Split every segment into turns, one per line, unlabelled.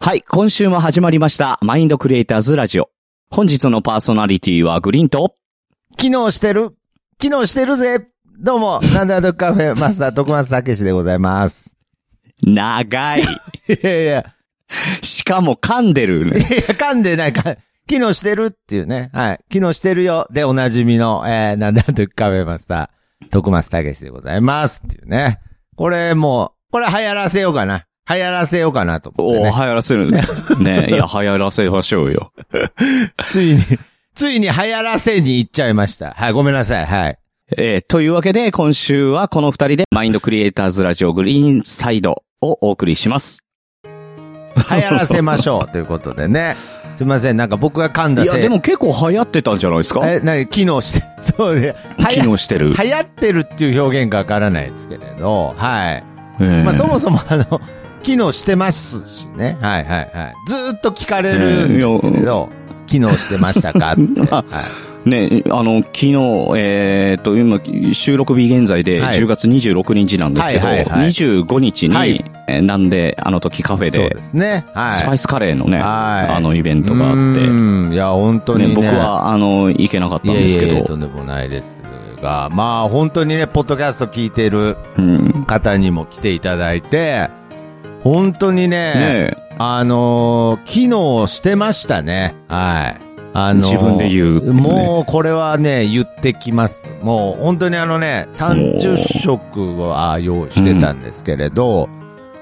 はい、今週も始まりました。マインドクリエイターズラジオ。本日のパーソナリティはグリーンと、
機能してる機能してるぜどうも、なんであどカフェ、マ スター、徳松たけしでございます。
長 い。
いやいや、
しかも噛んでるね。
いや、噛んでないか、機能してるっていうね。はい。機能してるよ。で、おなじみの、えー、なんだとカフェマスター、徳松たけしでございます。っていうね。これもう、これ流行らせようかな。流行らせようかなと思っ
おー、流
て、ね。
行らせるん だ。ねいや、流行らせましょうよ。
ついに、ついに流行らせに行っちゃいました。はい、ごめんなさい。はい。
えーというわけで、今週はこの二人で、マインドクリエイターズラジオグリーンサイドをお送りします。
流行らせましょう。ということでね。すいません。なんか僕が噛ん
い
だ
や、
せい
でも結構流行ってたんじゃないですか
え、なに、機能して、 そうね。
機能してる。
流行ってるっていう表現かわからないですけれど、はい。
えー
まあ、そもそも、あの、機能してますしね。はいはいはい。ずーっと聞かれるんですけれど、機能してましたかって。
まあ
は
ね、あの、昨日、えーっと、今、収録日現在で
はい
10月26日なんですけど、
はいはいはい
25日に、
はい
えーなんで、あの時カフェ
い、そう
で
で、すね。はい。
スパイスカレーのね、
はい
あのイベントがあって、
う
ね
んいや、本当にね。
僕は、あの、行けなかったんですけど、
いえいえとんでもないですが、まあ、本当にね、ポッドキャスト聞いてる
うん、ね
方にも来ていただいて、本当に
え、
あのー、機能してましたね。はい。あのー
自分で言うってね
もう、これはね、言ってきます。もう、本当にあのね、30食は用意してたんですけれど、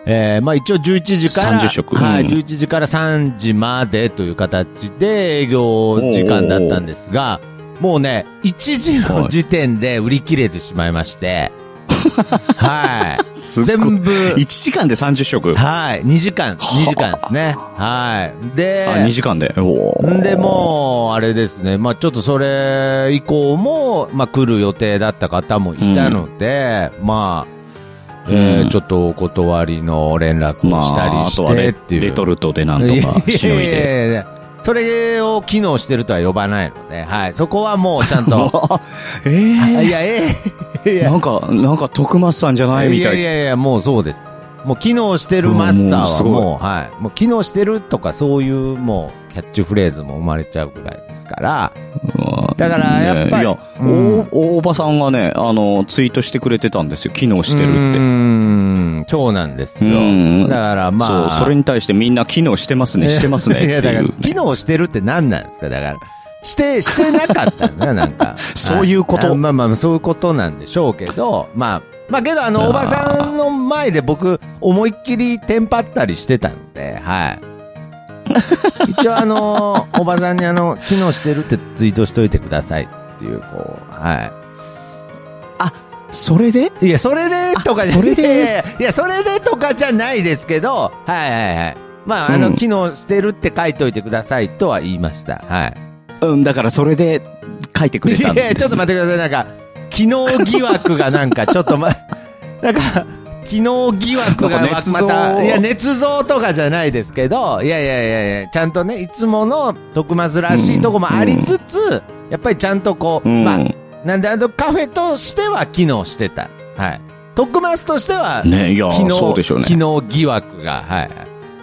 えーまあ一応11時から、
30食
はい、
うん
11時から3時までという形で営業時間だったんですが、もうね、1時の時点で売り切れてしまい まして、はい。
すっごい
全部、
1時間で30食。あ、
はい。2時間、2時間ですね。はい。
2
で、
時間で。おー
んで、もう、あれですね。まあちょっとそれ以降も、まあ来る予定だった方もいたので、まあ、え
うん
ー、ちょっとお断りの連絡
ま
をした
あ、
り
あ
して
とはレ
っていう。
レトルトでなんとか、しのい
や
で。
やいやいやそれを機能してるとは呼ばないので、はい。そこはもう ちゃんと、
あえ
あ
ー
いや、ええ、いや
なんか、なんか、徳松さんじゃないみたい
やいやいや、もうそうです。もう機能してるマス
うん
ター
もうす
は
ごい
もう、はい。もう機能してるとかそういうもうキャッチフレーズも生まれちゃうぐらいですから。だからやっぱり
ねいや、
うん
お大場さんがね、あの、ツイートしてくれてたんですよ。機能してるっ
う
て。
ーん、そうなんですよ
うん。
だからまあ。
そう、それに対してみんな機能してますね、してますねっ
い
て
やだ
い
から
う。
機能してるって何なんですかだから。して、してなかったんだ、なんか。
そういうこと
はあまあまあ、そういうことなんでしょうけど、まあ、まあけど、あ
あー
の、おばさんの前で僕、思いっきりテンパったりしてたので、 はい。一応あの、おばさんにあの、機能してるってツイートしといてくださいっていう、こう、はい。
それで
いや、それでとかじゃ
あそれで
いやいやいや、それでとかじゃないですけど、はいはいはい。まあ、あ
うん
の、機能してるって書いといてくださいとは言いました。はい。
うん、だからそれで書 いてくれ
い
た
や
ん
い
です。
や、ちょっと待ってください。なんか、機能疑惑がなんか、ちょっとま、 なんか、機能疑惑が
なんか
ま
捏
ま
造
た、いや、捏造とかじゃないですけど、いやいやいやいや、ちゃんとね、いつもの徳松らしいとこもありつつ、やっぱりちゃんとこう、
うん、
まあ、なんであのカフェとしては機能してた。はい。徳松としては、
ね、いや、
機能、
そうでしょうね
機。能疑惑が、はいはい。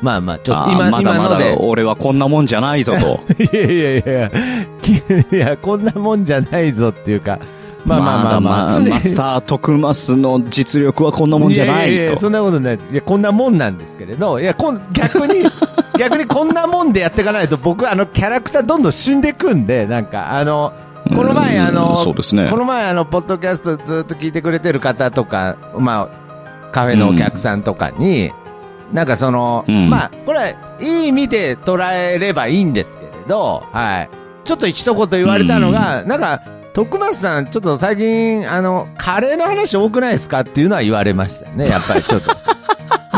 まあまあ、ちょっと
あー
今、
まだま
今の
だ
で。
俺はこんなもんじゃないぞと。
いやいやいや、き いや、こんなもんじゃないぞっていうか。 まあまあまあまあ。
だ
常に
マスター徳松の実力はこんなもんじゃないい
やいやいや
と。
そんなことないです。いや、こんなもんなんですけれど、いや、こん 逆に、逆にこんなもんでやっていかないと、僕、あの、キャラクターどんどん死んでくんで、なんか、あの、この前、
うん
あの、
そうですね
こ。の前、あの、ポッドキャストずっと聞いてくれてる方とか、まあ、カフェのお客さんとかに、なんかその、
うん
まあ、これ、いい意味で捉えればいいんですけれど、はい。ちょっと一言言われたのが、なんか、徳松さん、ちょっと最近、あの、カレーの話多くないですかっていうのは言われましたね、やっぱりちょっと。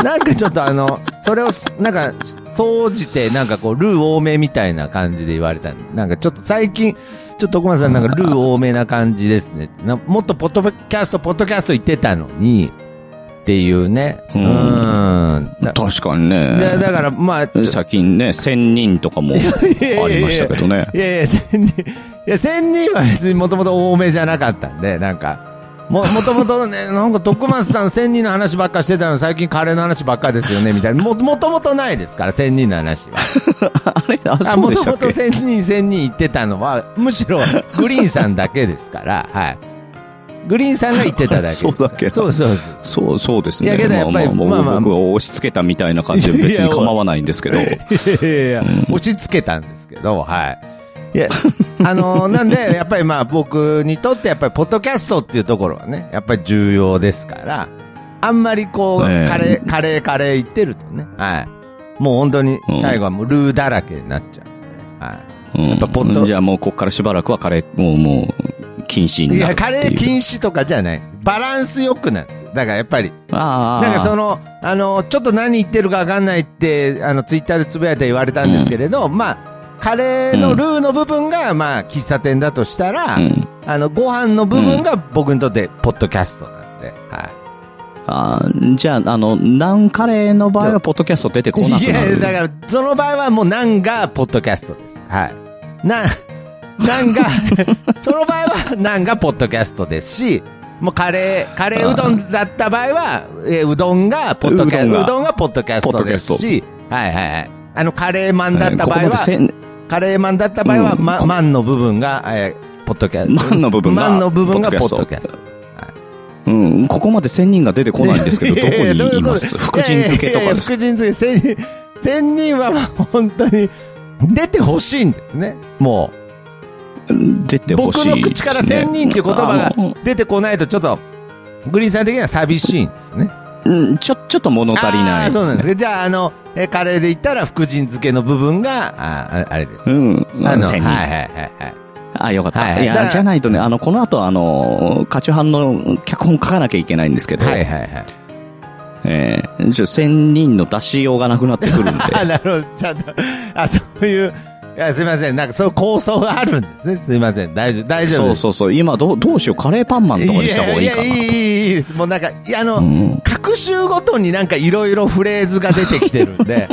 なんかちょっとあの、それを、なんか、総じて、なんかこう、ルー多めみたいな感じで言われたんでなんかちょっと最近、ちょっと徳松さんなんかルー多めな感じですね。なもっとポッドキャスト、ポッドキャスト言ってたのに、っていうね。う
うん
ーん。だ
確かにね。
だだから、まあ、ちょ
最近ね、1000人とかもありましたけどね。
いやいや、千人、いや、千人は別にもともと多めじゃなかったんで、なんか、も、もともとね、なんか徳松さん千人の話ばっかしてたのに最近カレーの話ばっかですよね、みたいな。も、もともとないですから、千人の話 は。
あれあ、
あ
そう
も
でし
と
たっ
もと
け
千人千人言ってたのは、むしろグリーンさんだけですから、はい。グリーンさんが言ってただけです。
そうだっけ
そうそうそう。
そう、そうです
いや
ね。
けどやっぱり
まあま
まあ
あ
まあ
僕を押し付けたみたいな感じで別に構わないんですけど。
いやいやいや、押し付けたんですけど、はい。いや、あのーなんで、やっぱりまあ僕にとって、やっぱりポッドキャストっていうところはね、やっぱり重要ですから、あんまりこう、
ええ
カレー、カレー、カレー言ってるとね、はい。もう本当に最後はもうルーだらけになっちゃう
う
んで、はい。
ん
やっぱポッド
じゃあもうこっからしばらくはカレー、もう、もう、禁止
い
になる
や、
ってい
カ
う。
レー禁止とかじゃない。バランスよくなんですよ。だからやっぱり。
ああ。
なんかその、あの、ちょっと何言ってるかわかんないって、あの、ツイッターでつぶやいて言われたんですけれど、まあ、カレーのルーの部分が、まあ、喫茶店だとしたら、
うん。
あの、ご飯の部分が僕にとって、ポッドキャストなんで、はい。
あーじゃあ、あの、ナンカレーの場合は、ポッドキャスト出てこなく
い
な
や、
る。
だから、その場合はもう、なんが、ポッドキャストです。はい。な、な んが、その場合は、なんが、ポッドキャストですし、もう、カレー、カレーうどんだった場合は、えーうどんが、ポッドキャ
うどん
スト、
が
うどんがポッドキャストですし、はいはいはい。あの、カレーマンだった場
ここ
合
まで
は、
せん
カレーマンだった場合は、
うん
ま、
こ
マンの部分が、えーポッドキャスト。
マンの部分が
マンの部分が、ポ
ポ
ッ
ッ
ド
ド
キ
キ
ャ
ャ
ス
ス
ト
ト
です。はい
うん、ここまで千人が出てこないんですけど、どこ
いやいやどう
に
いう
い
こ
ます
と
福神漬けと
いや
かで
いやいや
すか
福神漬け、千人、千人はまあ本当に出てほしいんですね。も
出て
う。
ほ
僕
しいです、ね。
の口から千人っていう言葉
あの
が出てこないとちょっと、グリーンさん的には寂しいんですね。
うん、ちょ、ちょっと物足りな
あー
いです
そうなんです
ね。
ね。じゃあ、あの、えカレーで言ったら福神漬けの部分が、あーああれです。
うん、
あ
あ
の、
の、
はい
千
はい
人。
はいはい。
あ、よかっ
はいは
た。
い
い
だから
や、じゃないとね、あの、この後、あの、カチュハンの脚本書かなきゃいけないんですけど、
はいはいはい。
えーちょ、千人の出しようがなくなってく るんで。
あなるほど。ちゃんと、あ、そういう、いやすいません。なんかそういう構想があるんですね。すいません。大丈夫、大丈夫
そ
で
う
す。
そうそう。今、どう、どうしよう、カレーパンマンとかにした方がいいかな。
いやいや、いい、いい、いいです。もうなんか、いや、あの、
うん
各週ごとになんかいろいろフレーズが出てきてるん で、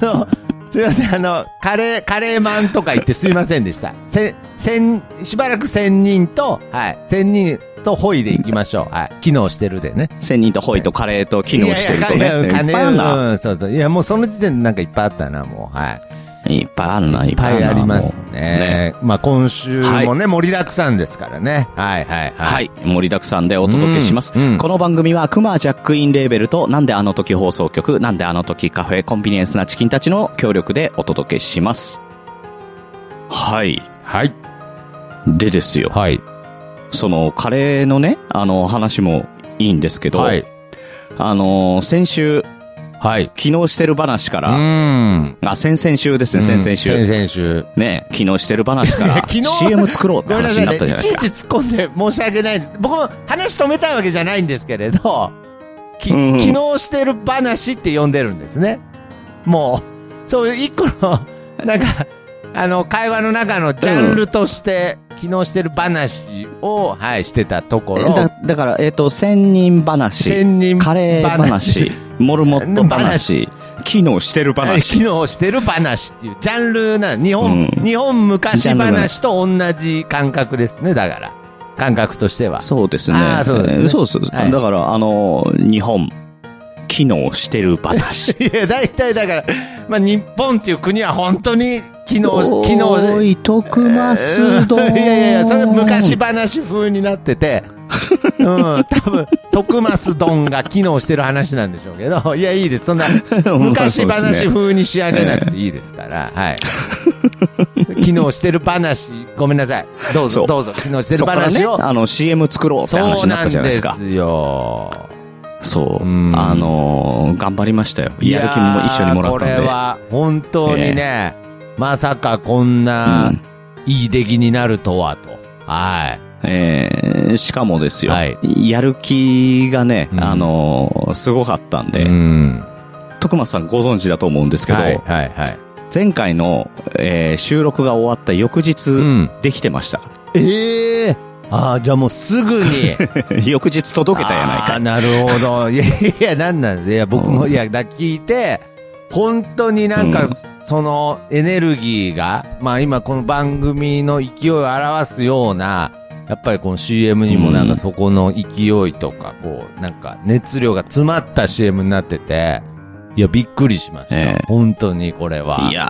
あの、すいません、あの、カレー、カレーマンとか言ってすいませんでした。せん、せん、しばらく千人と、はい、千人とホイで行きましょう。はい、機能してるでね。
千人とホイとカレーと機能してると
い
ね。
やいやいや
いっぱいあるな。
うん、そうそう。いや、もうその時点でなんかいっぱいあったな、もう、はい。
いっぱいあるな、いっ
いっぱ
ぱい
い
るな
あります
もう
ね。
ね
まあ今週もね、
は
盛りだくさんですからね。はいはいはい。
はい。盛りだくさんでお届けします。
うんうん
この番組は、クマジャックインレーベルと、なんであの時放送局、なんであの時カフェ、コンビニエンスなチキンたちの協力でお届けします。はい。
はい。
でですよ。
はい。
その、カレーのね、あの、話もいいんですけど、
はい。
あの、先週、
はい。
昨日してる話か
う
ら、
ん。
あ、先々週ですね、先々週。
うん先々週。
ね、昨日してる話か
い
ら、
や 昨日
CM 作ろうって
ごめんな
話
さ
に
い
な
ね。
ったじゃない
い
です
ちい
か。
ち突っ込んで申し訳ないです。僕も話止めたいわけじゃないんですけれど、き、
うんうん
昨日してる話って呼んでるんですね。もう、そういう一個の、なんか、あの、会話の中のジャンルとして、昨日してる話を、はい、してたところ、
だだから、えっ、と、千人話。
千人
カレー話、モルモット話、機能してる
はい
話。
機能してる話っていうジャンルな、日本、
うん
日本昔
ジャンルだね
話と同じ感覚ですね、だから。感覚としては。
そうですね。
あーそうですね
えーそうそう
はい
だから、あのー、日本、機能してる 話。
いや、大体だから、まあ、日本っていう国は本当に機能、機能、
おい、徳ますど
うんいやいやいや、それ昔話風になっ てて、うん、多分、徳増丼が機能してる話なんでしょうけど、 いや、いいです。そ んな、昔話風に仕上げなくていいですか ら、はい。機能してる話、ごめんなさい。どう
そう
ぞ、どうぞ、機能して
そ
る
っからね、
話を。
あの、CM 作ろうって話
そう
になっ
な
た
ん
じゃない
で
ですか。
すよ。
そう。
うん
あのー、頑張りましたよ。やる気も一緒にもらったんで。
いやーこれは、本当にね、まさかこんな、いい出来になるとは、と。はい。
えー、しかもですよ。
はい
やる気がね、
うん
あのー、すごかったんで、
うん。
徳松さんご存知だと思うんですけど、
はい、はい、はい。
前回の、えー収録が終わった翌日、
うん。
できてました。
ええああ、じゃあもうすぐに。
翌日届けたやない
あー
か。
なるほ ど。いやいや、なんなんですいや、僕も、
うん
いや、だ聞いて、本当になんか、
うん
そのエネルギーが、まあ今この番組の勢いを表すような、やっぱりこの CM にもなんかそこの勢いとか、こう、なんか熱量が詰まった CM になってて、いや、びっくりしました。
ええ
本当にこれは。
いや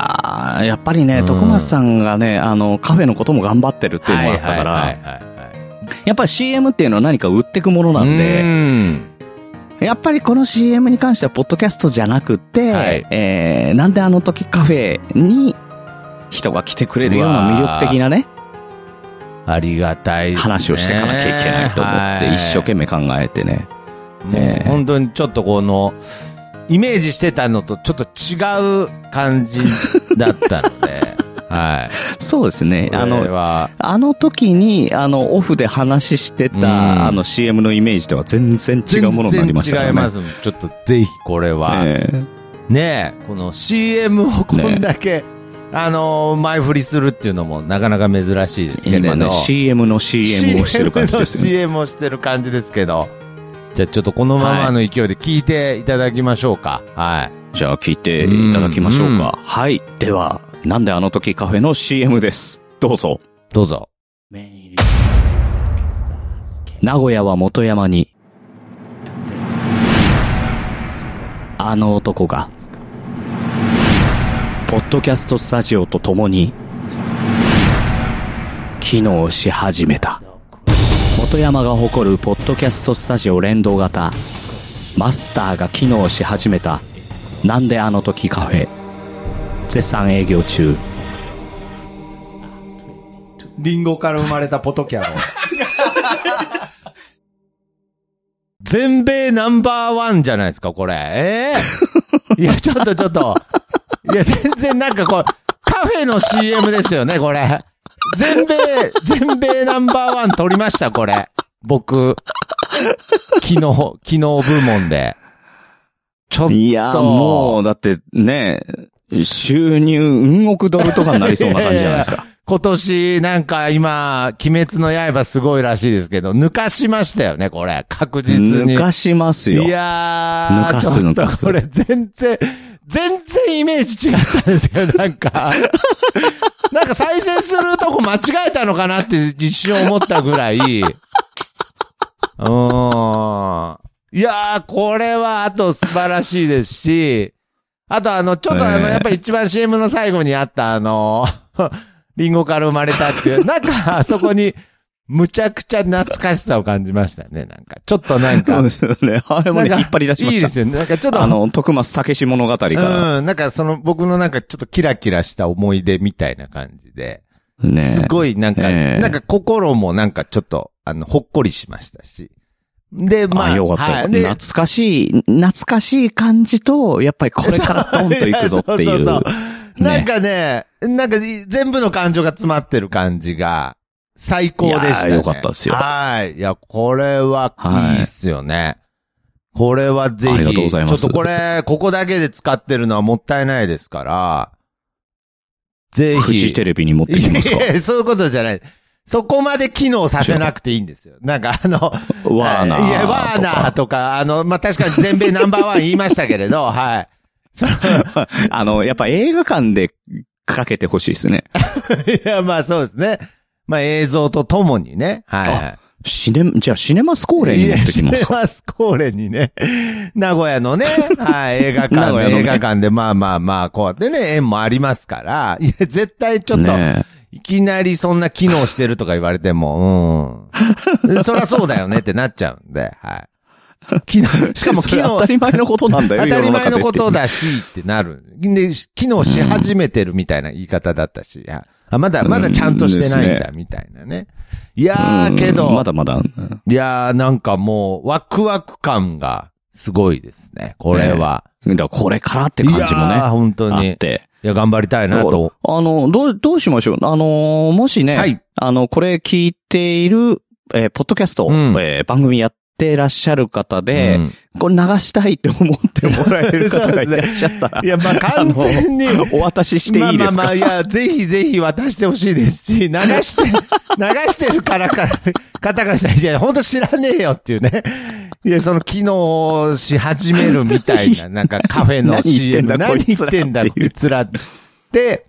ー、やっぱりね、
うん
徳松さんがね、あの、カフェのことも頑張ってるっていうのがあったから、
はいはいはいはいはい
やっぱり CM っていうのは何か売ってくものなん
う
で、
ん
やっぱりこの CM に関しては、ポッドキャストじゃなくて、
はい
えー、なんであの時カフェに人が来てくれるような魅力的なね、
ありがたいですね。
話をしていかなきゃいけないと思って、一生懸命考えてね。
命。も
え
う
え
本当にちょっとこの、イメージしてたのとちょっと違う感じだったの で、はい。
そうですね。あ
これ
の、
は、
あの時に、あの、オフで話して
うん
た、あの CM のイメージとは全然違うものになりましたからね。
全然違います。ちょっとぜひこれは、
ええ
ねえ、この CM をこんだけ、あのー前振りするっていうのもなかなか珍しいですけれど。
今ね、CM の CM をしてる感じですよね。
CM をしてる感じですけど。じゃあちょっとこのままの勢いで聞いていただきましょうか。はい。
じゃあ聞いていただきましょう
うんうん
か。はい。では、なんであの時カフェの CM です。どうぞ。
どうぞ。
名古屋は元山に、あの男が、ポッドキャストスタジオと共に、機能し始めた。元山が誇るポッドキャストスタジオ連動型、マスターが機能し始めた、なんであの時カフェ、絶賛営業中。
リンゴから生まれたポトキャロ。 全米ナンバーワンじゃないですか、これ。ええ いや、ちょっとちょっと。いや、全然なんかこう、カフェの CM ですよね、これ。全米、全米ナンバーワン取りました、これ。僕。昨日、昨日部門で。ちょっと。
いやー、もう、だってね、収入、うん億ドルとかになりそうな感じじゃないですか。
今年、なんか今、鬼滅の刃すごいらしいですけど、抜かしましたよね、これ。確実に。
抜かしますよ
い。やー、
抜かす
ちょっ
抜
と
かす
これ全然、全然イメージ違ったんですよ、なんか。 なんか再生するとこ間違えたのかなって一瞬思ったぐらい。うーん。いやー、これはあと素晴らしいですし、あとあの、ちょっとあの、
ええ
やっぱり一番 CM の最後にあったあの、 リンゴから生まれたっていう、なんかあそこに、むちゃくちゃ懐かしさを感じましたね、なんか。ちょっとなんか
そう、ですよ ね。あれもね、
なんか
引っ張り出しま
いいで
し。
すよね。なんかちょったと、
あの、徳松武志物語が、
うん、なんかその僕のなんかちょっとキラキラした思い出みたいな感じで、
ね。
すごいなんか、
ええ
なんか心もなんかちょっと、あの、ほっこりしましたし。で、まあ、
あ、よかった、
はい、で
懐かしい、懐かしい感じと、やっぱりこれからドンといくぞってい。
そううそうそうなんかね、なんかい全部の感情が詰まってる感じが、最高でした、
いやー
ね。
よかったですよ
はい。いや、これは
はい
いいっすよね。これはぜひ。
ありがとうございます
ちょっとこれ、ここだけで使ってるのはもったいないですから、ぜひ。
フジテレビに持ってきますか
い。やいやそういうことじゃない。そこまで機能させなくていいんですよ。なんかあの、
ワーナーとか。
いや、ワーナーとか、あの、まあ、確かに全米ナンバーワン言いましたけれど、はい。
あの、やっぱ映画館でかけてほしいですね。
いや、まあそうですね。まあ映像とともにね。はい、はい。
シネ、じゃあシネマスコーレに持ってきますか。
マスコーレにね。名古屋のね、はい、映
名
画
古
館で、
屋のね
映画館で、まあまあまあ、こうやってね、縁もありますから、いや、絶対ちょっと、
ね
いきなりそんな機能してるとか言われても、うん。そりゃそうだよねってなっちゃうんで、はい。機能、しかも
そ
機
れ
能
当た、り前のことなんだよ、
当たり前のこと
だ。
だし、ってなる。で、機能し始めてるみたいな言い方だったし、ああまだ、まだちゃんとしてないんだ、みたいなね。いや
うん
ー、けど、
まだまだ。うん
いやー、なんかもう、ワクワク感がすごいですね、これは。
だからこれからって
い
感じも
やー
ね。
本当
あ
に。
っ
い
て。
や、頑張りたいな
だから
と。
あの、どう、どうしましょうあのー、もしね、
はい
あの、これ聞いている、えーポッドキャスト、
うん
えー番組やってらっしゃる方で、
うん
これ流したいって思ってもらえる方がいらっしゃったら、
いや、まあ、完全に、
お渡ししていいですか、
まあまあまあ、いや、ぜひぜひ渡してほしいですし、 流して、流してるからから、方からしたら、いや、ほんと知らねえよっていうね。いや、その機能し始めるみたい な、なんかカフェの
何言ってん
CM、
だ
何言ってんだ、こ
こい
いつら って、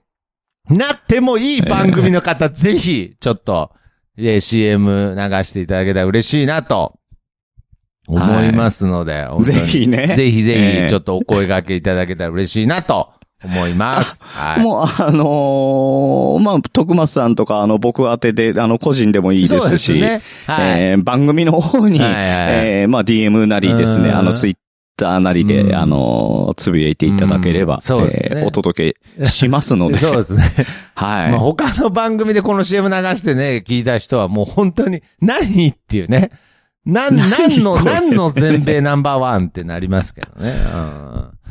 なってもいい番組の方、ぜひ、ちょっと、で、CM 流していただけたら嬉しいなと、思いますので、本 当
ぜ
に
ひね。
ぜひぜ
ええ
ひ、ちょっとお声掛けいただけたら嬉しいなと思います。はい。
もう、 あのーまあ、徳松さんとか、あの、僕宛てで、あの、個人でもいいで
そう
す
です
し、
ね。はい。
えー番組の方に、
はいはい
えーまあ、DM なりですね、
うん
あの、ツイッターなり
うん
で、あのーつぶやいていただけれ
うん
ば、
そうですね
えーお届けしますので、
そうですね。
はい。
まあ、他の番組でこの CM 流してね、聞いた人はもう本当に何っていうね。なん、何の、
何これ
何の全米ナンバーワンってなりますけどね。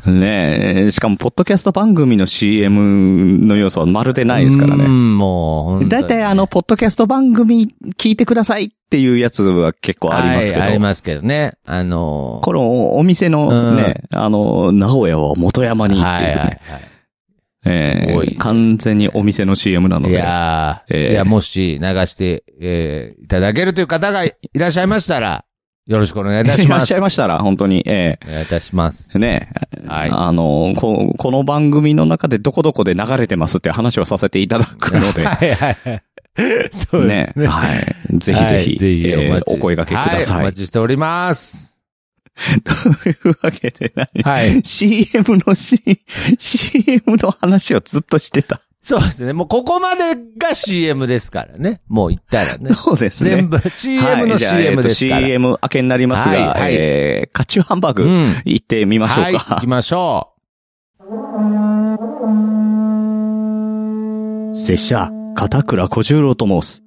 ねえ、しかも、ポッドキャスト番組の CM の要素はまるで
うん。
ないですから
う
ね。
ん、もう本当に。
だいたいあの、ポッドキャスト番組聞いてくださいっていうやつは結構ありますけど。
はいありますけどね。あのー
このお店のね、あの、名古屋は元山にっていう、
はい
ね
はいはい。
え
す
え
ごいですね
完全にお店の CM なの
い
で。
やー、
ええ
いや、もし流して、えーいただけるという方がいらっしゃいましたら、よろしくお願いいたし
いら
ま
っ
す。
しゃいましたら、本当に、え
お願いいたします。
えねえ、
はい
あのこ、この番組の中でどこどこで流れてますって話をさせていただくので、
はいはいはい。 そうで す
ね、はい。ぜひぜ
はい
ひ、
ぜひ
え
お
え
待ち
お声掛けくだ
は
さ
お
い。
待ちしております。
というわけで何、
はい。
CM の C、CM の話をずっとしてた。
そうですね。もうここまでが CM ですからね。もう言ったらね。
そうですね。
全部
はい
CM の
じゃあえっ
CM
と
ですから。
CM 明けになりますが、
はいはい
えー、カチューハンバーグ、
うん
行ってみましょう
はい、
か。
行きましょ
拙者、片倉小十郎と申す。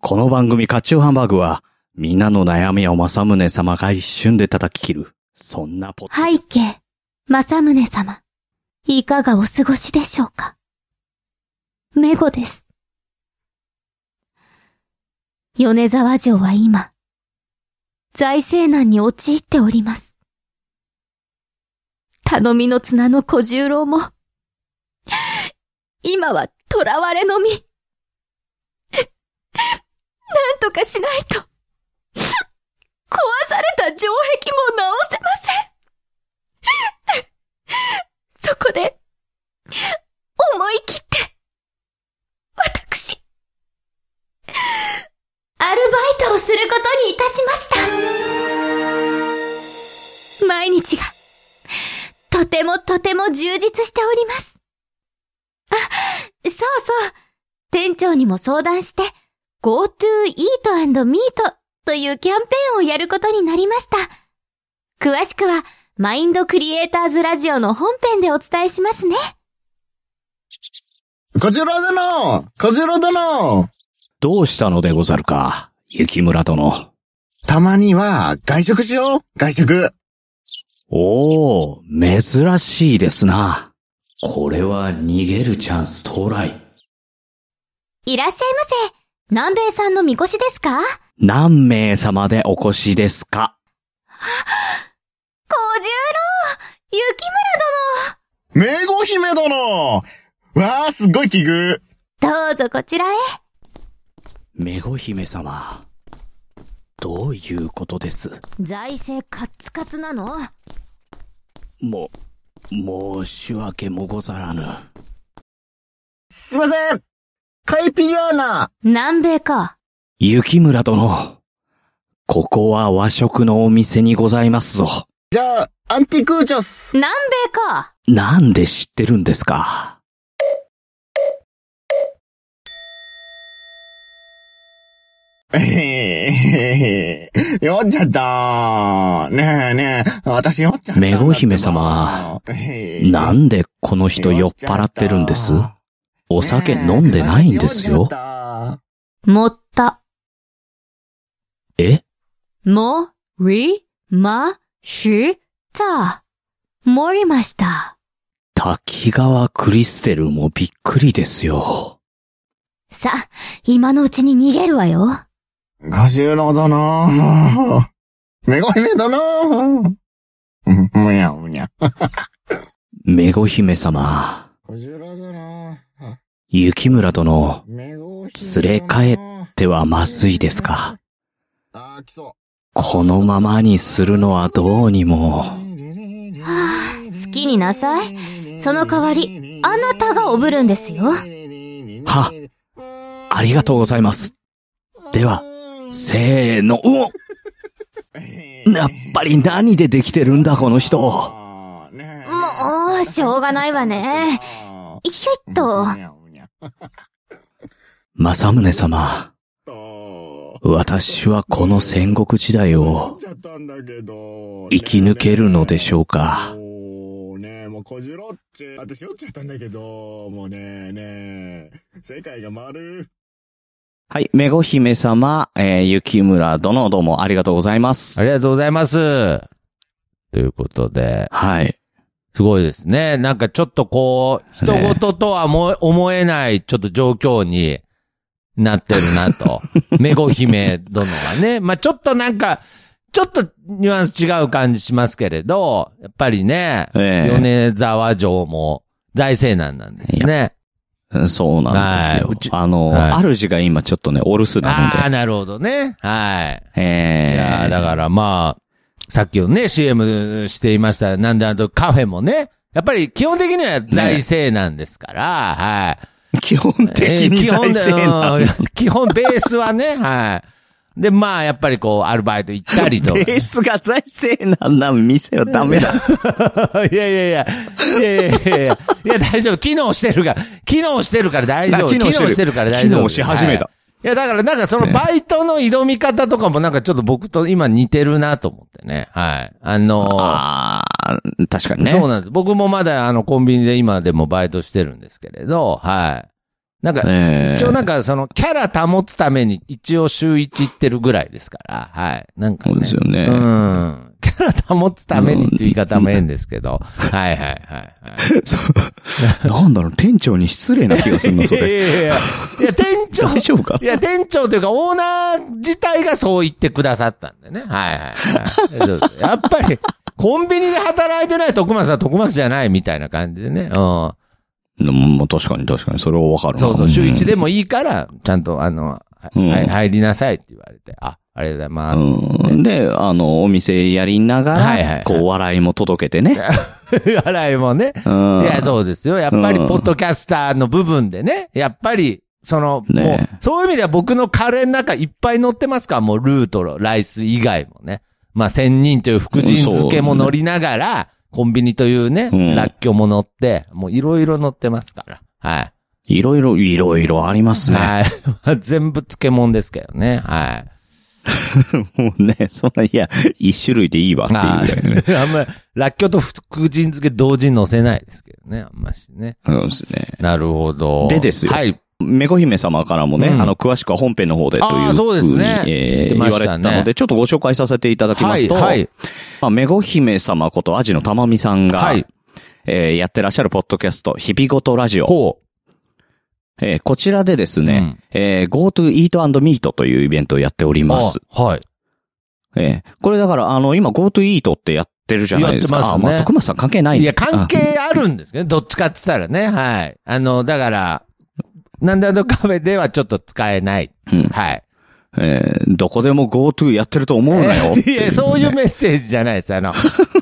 この番組、カチューハンバーグは、みんなの悩みを正宗様が一瞬で叩き切る。そんなポッド
背景、正宗様、いかがお過ごしでしょうかメゴです。米沢城は今、財政難に陥っております。頼みの綱の小十郎も、今は囚われのみ。なんとかしないと、壊された城壁も直せません。そこで、思い切って、私、アルバイトをすることにいたしました。毎日が、とてもとても充実しております。あ、そうそう。店長にも相談して、GoTo Eat and Meet というキャンペーンをやることになりました。詳しくは、マインドクリエイターズラジオの本編でお伝えしますね。
小次郎殿小次郎殿
どうしたのでござるか、雪村殿。
たまには外食しよう外食
おお、珍しいですな。これは逃げるチャンス到来。
いらっしゃいませ。南米さんのみこしですか小十
何名様でお越しですか
郎雪
名護姫殿わー、すごい奇遇
村どうぞこちらへ。
メゴ姫様。どういうことです
財政カッツカツなの
も、申し訳もござらぬ。
すいませんカイピリアーナ
南米か。
雪村殿。ここは和食のお店にございますぞ。
じゃあ、アンティクーチョス
南米か。
なんで知ってるんですか
えへへへ 酔っちゃったねえねえ、私酔っちゃったんだってば。
めご姫 様
えへへ、
なんでこの人酔っ払ってるんですお酒飲んでないんですよ。
もった。
え
も、り、ま、し、た。盛りました。
滝川クリステルもびっくりですよ。
さ、今のうちに逃げるわよ。
ご十郎殿。めご姫殿。うんむにゃむにゃ。
めご姫様。
ご十郎殿。
雪村殿。
めご
連れ帰ってはまずいですか。
あー、来そ
このままにするのはどうに
う。
も。
好きになさいその代わりあなたがおぶるんですよ
は、ありがとうございます。では、せーの、おやっぱり何でできてるんだ、この人。
も
もう、しょうがないわね。ひょいっと。
正宗様、私はこの戦国時代を
生
生き抜けるのでしょ
う
うか。
ねえ、もうこじろっち、私酔っちゃったんだけど、もうねえねえ、世界が丸。
はい、めご姫様、えー、雪村殿どうもありがとうございます。
ありがとうございます。ということで、
はい。
すごいですね。なんかちょっとこう、人事とはも思えないちょっと状況になってるな と。めご姫殿はね。まあちょっとなんか、ちょっとニュアンス違う感じしますけれど、やっぱりね、
ええ
米沢城も財政難なんですね。
そうなん
はいう
です
ち
よ。あの、
はい
主が今ちょっとね、お留守な
ああー、
ので。
なるほどね。はい。い
え
やーだからまあ、さっきのね、CM していました、なんであとカフェもね、やっぱり基本的には財政なんですから、はい。
ら、基本的に財政な
え
ん
ー基本だよ基本ベースはね、はい。で、まあ、やっぱりこう、アルバイト行った りとか。
ベースが財政なんだ、店はダメ だ。
いやいやいや。いやいやいやいや。いや、大丈夫。機能してるから、機能してるから大丈夫。
あ機
機能
能してる
してるから大丈夫。
機能し始めた
はい。いや、だからなんかその
ね
バイトの挑み方とかもなんかちょっと僕と今似てるなと思ってね。はい。あのー
ああ、確かにね。
そうなんです。僕もまだあのコンビニで今でもバイトしてるんですけれど、はい。なんか、
ええ
一応なんかそのキャラ保つために一応週一行ってるぐらいですから、はい。なんか、ね。
そうですよね
うん。キャラ保つためにっていう言い方も変ですけど、はいはいはいはい。
そう なんだろう、店長に失礼な気がする な、そ
い
れ。
やいやいやいや、店長。
大丈夫か
いや、店長というか、オーナー自体がそう言ってくださったんでね。はいはいはい。そうそうやっぱり、コンビニで働いてない徳松は徳松じゃないみたいな感じでね。うん。
うんもう確かに確かに、それはわかるな
そうそう、週一で
も。
もいいから、ちゃんと、あの、は
うん
はい入りなさいって言われて、あ、ありがとうございますっつっ
うんで、あの、お店やりながら、
はいはいはい
こう、笑いも届けて ね。
て。笑いもね。い
うん。
や、そうですよ。やっぱり、
うん
ポッドキャスターの部分でね、やっぱり、その、
ね
もう、そういう意味では僕のカレーの中いっぱい載ってますから、もう、ルートロ、ライス以外もね。まあ、仙人という福神漬けも乗りながら、コンビニというね、
うん
らっきょうも乗って、もういろいろ乗ってますから。はい。
いろいろ、いろいろありますね。
はい。 全部漬物ですけどね。はい。
もうね、 そんな、いや、一種類でいいわっていうぐらいのね。
あんまり、らっきょうと福神漬け同時に乗せないですけどね、あんましね。
そうですね。
なるほど。
でですよ
はい。
めこ姫様からもね、
うん
あの、詳しくは本編の方でと
あ
い
ー
う
そうで
ふ
す
うに、
ね言っ
え
て
ー、
ま
言
した
わ
ね
れたので、ちょっとご紹介させていただきますと、
はいはい
まあ、めご姫様ことアジのたまみさんが、
はい
えーやってらっしゃるポッドキャスト、日々ごとラジオ。
ほ
えーこちらでですね、えー GoTo Eat Meet というイベントをやっており
う。
ます。
あはい。
えーこれだから、あの、今 GoTo Eat ってやってるじゃないですか。
やってますね
あまあ、徳松さん関係ない
いや、関係あるんですけどね、どっちかって言ったらね、はい。あの、だから、なんだのカフェではちょっと使えない。
うん
はい。
あえーどこでも GoTo やってると思うなよって
いや、そういうメッセージじゃないです。あの、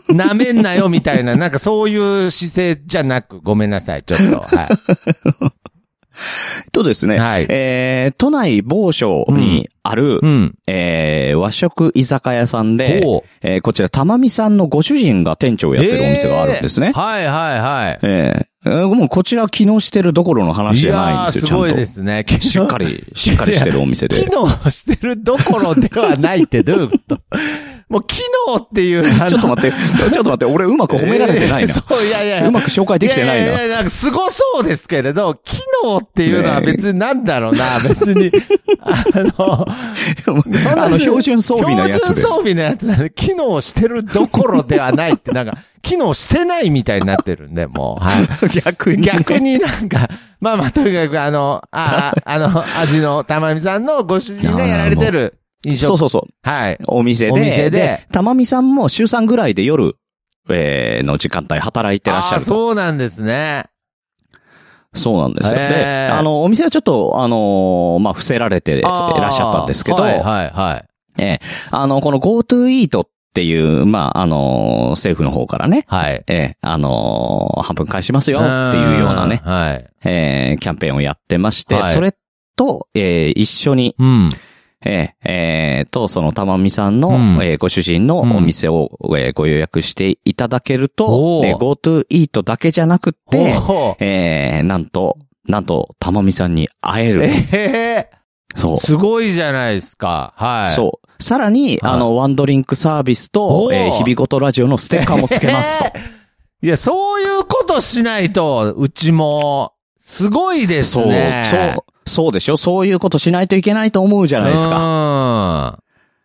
舐めんなよみた いな、なんかそういう姿勢じゃなく、ごめんなさい、ちょっと。はい。
とですね、
はい
えー都内某所にある、
うん。
えー和食居酒屋さんで
ほう、
えーこちら、たまみさんのご主人が店長をやってるお店があるんですね
えー。はいはいはい。
えーえーもうこちら機能してるどころの話じゃないんですよ、ち
やーす
ゃん
ご
と。
いですね。機能
しっかり、しっかりしてるお店 で
機。能してるどころではないってどういうこと もう機能っていう。ち ょ
ちょっと待って、ちょっと待って、俺うまく褒められてないな。
そう、いやいや。
うまく紹介できてない
い
な
やいやいや、なんかすごそうですけれど、機能っていうのは別になんだろう な、別に。あの、そんな
あの、標準装備のやつで
標準装
す。
備のやつなんで、機能してるどころではないって、なんか、機能してないみたいになってるんで、もう。はい。
逆にね。
逆になんか、 まあまあ、とにかくあの、 あ、ああの、味のたまみさんのご主人がやられてる印象。
そうそうそう。
はい。
お店で。
お店で
たまみさんも週3ぐらいで夜、えーの時間帯働いてらっしゃ
あ
ると。
そうなんですね。
そうなんですよ。
へー
で、あの、お店はちょっと、あのーまあ、伏せられてい
あー
らっしゃったんですけど、
はいはいはい。
ええあの、この GoTo Eat っていう、まあ、あのー政府の方からね、
はい。
ええあのー半分返しますよっていうようなね、
んはい。
ええキャンペーンをやってまして、
はい
それと、ええ一緒に、
うん。
えーえーと、その玉美さんの、
うん
えーご主人のお店を、えーご予約していただけると
お、ー
えー GoTo Eat だけじゃなくて、
ほう
えーなんと、なんと、玉美さんに会える。
え
そう
ー、。すごいじゃないですか。はい。
そう。さらに、
はい
あの、ワンドリンクサービスと
お、ー
えー日々ごとラジオのステッカーもつけますと。
いや、そういうことしないと、うちも、すごいです
そう、
ね。
そう、そうでしょそういうことしないといけないと思うじゃないですか。
か。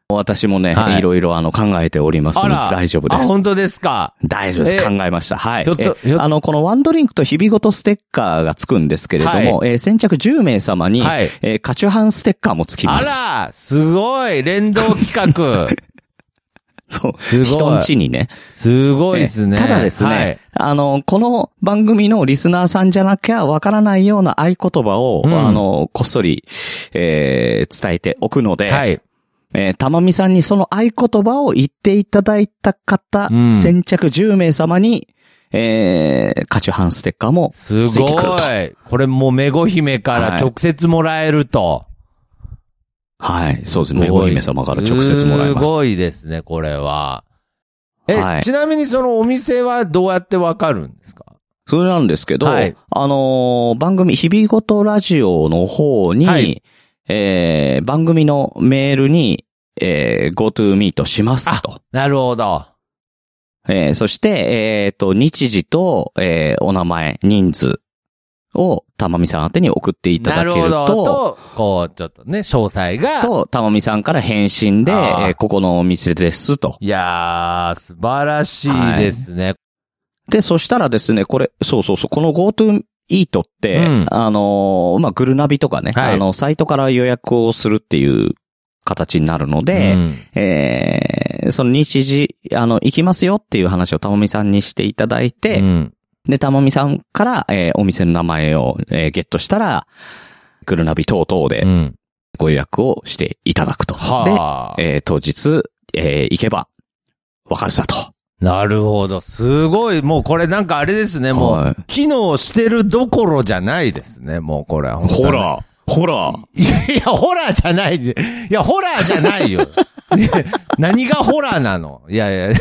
私もね、
はい
いろいろあの考えておりますの
あ
で
ら、
大丈夫で
あ、
す。
本当ですか。
大丈夫です。
え
考えました。はい。
ひょっと
え
ひょっと
あの、このワンドリンクと日々ごとステッカーがつくんですけれども、えー先着10名様に、
はい
えーカチュハンステッカーもつきま
あ
す。
ら、すごい、連動企 画。
そう。
すごい
人んちにね。
すごいですね。
えーただですね、
はい
あの、この番組のリスナーさんじゃなきゃわからないような合言葉を、
うん
あの、こっそり、えー伝えておくので、
はい。
えー、たまみさんにその合言葉を言っていただいた方、
うん
先着10名様に、えー、カチュハンステッカーもつ
す
い
ご
てくると。
い。これもう、めご姫から
はい
直接もらえると。
はい、そうです
すご
ね。
い
ご姫様から直接もらいますす。
ごいですね、これは。え、
はい
ちなみにそのお店はどうやってわかるんですか
それなんですけど、
はい
あのー番組、日々ごとラジオの方に、
はい
えー、番組のメールに、えー、GoToMeet しますと。
なるほど。
えーそして、えっ、と、日時と、えーお名前、人数を、たまみさん宛てに送っていただける
なほど
と、
と、こう、ちょっとね、詳細が。
と、たまみさんから返信で、え
あー
ーここのお店ですと。
いやー、素晴らしいですね。
で、そしたらですね、これ、そうそうそう、この GoTo Eat って、
うん
あのーまあ、グルナビとかね、
はい
あの、サイトから予約をするっていう形になるので、えーその日時、あの、行きますよっていう話をたまみさんにしていただいて、
うん
で、たまみさんから、えーお店の名前を、えーゲットしたら、グルナビ等々
う
で
ん。
ご予約をしていただくと。
はあ
で、えー当日、えー行けば、わかるさと。
なるほど。すごい。もうこれなんかあれですね。も、
はいう
機能してるどころじゃないですね。もうこれは本当に。
ら、ほら、
いやいや、ホラーじゃない。いや、ホラーじゃない よ。いや何がホラーなのいやいや、い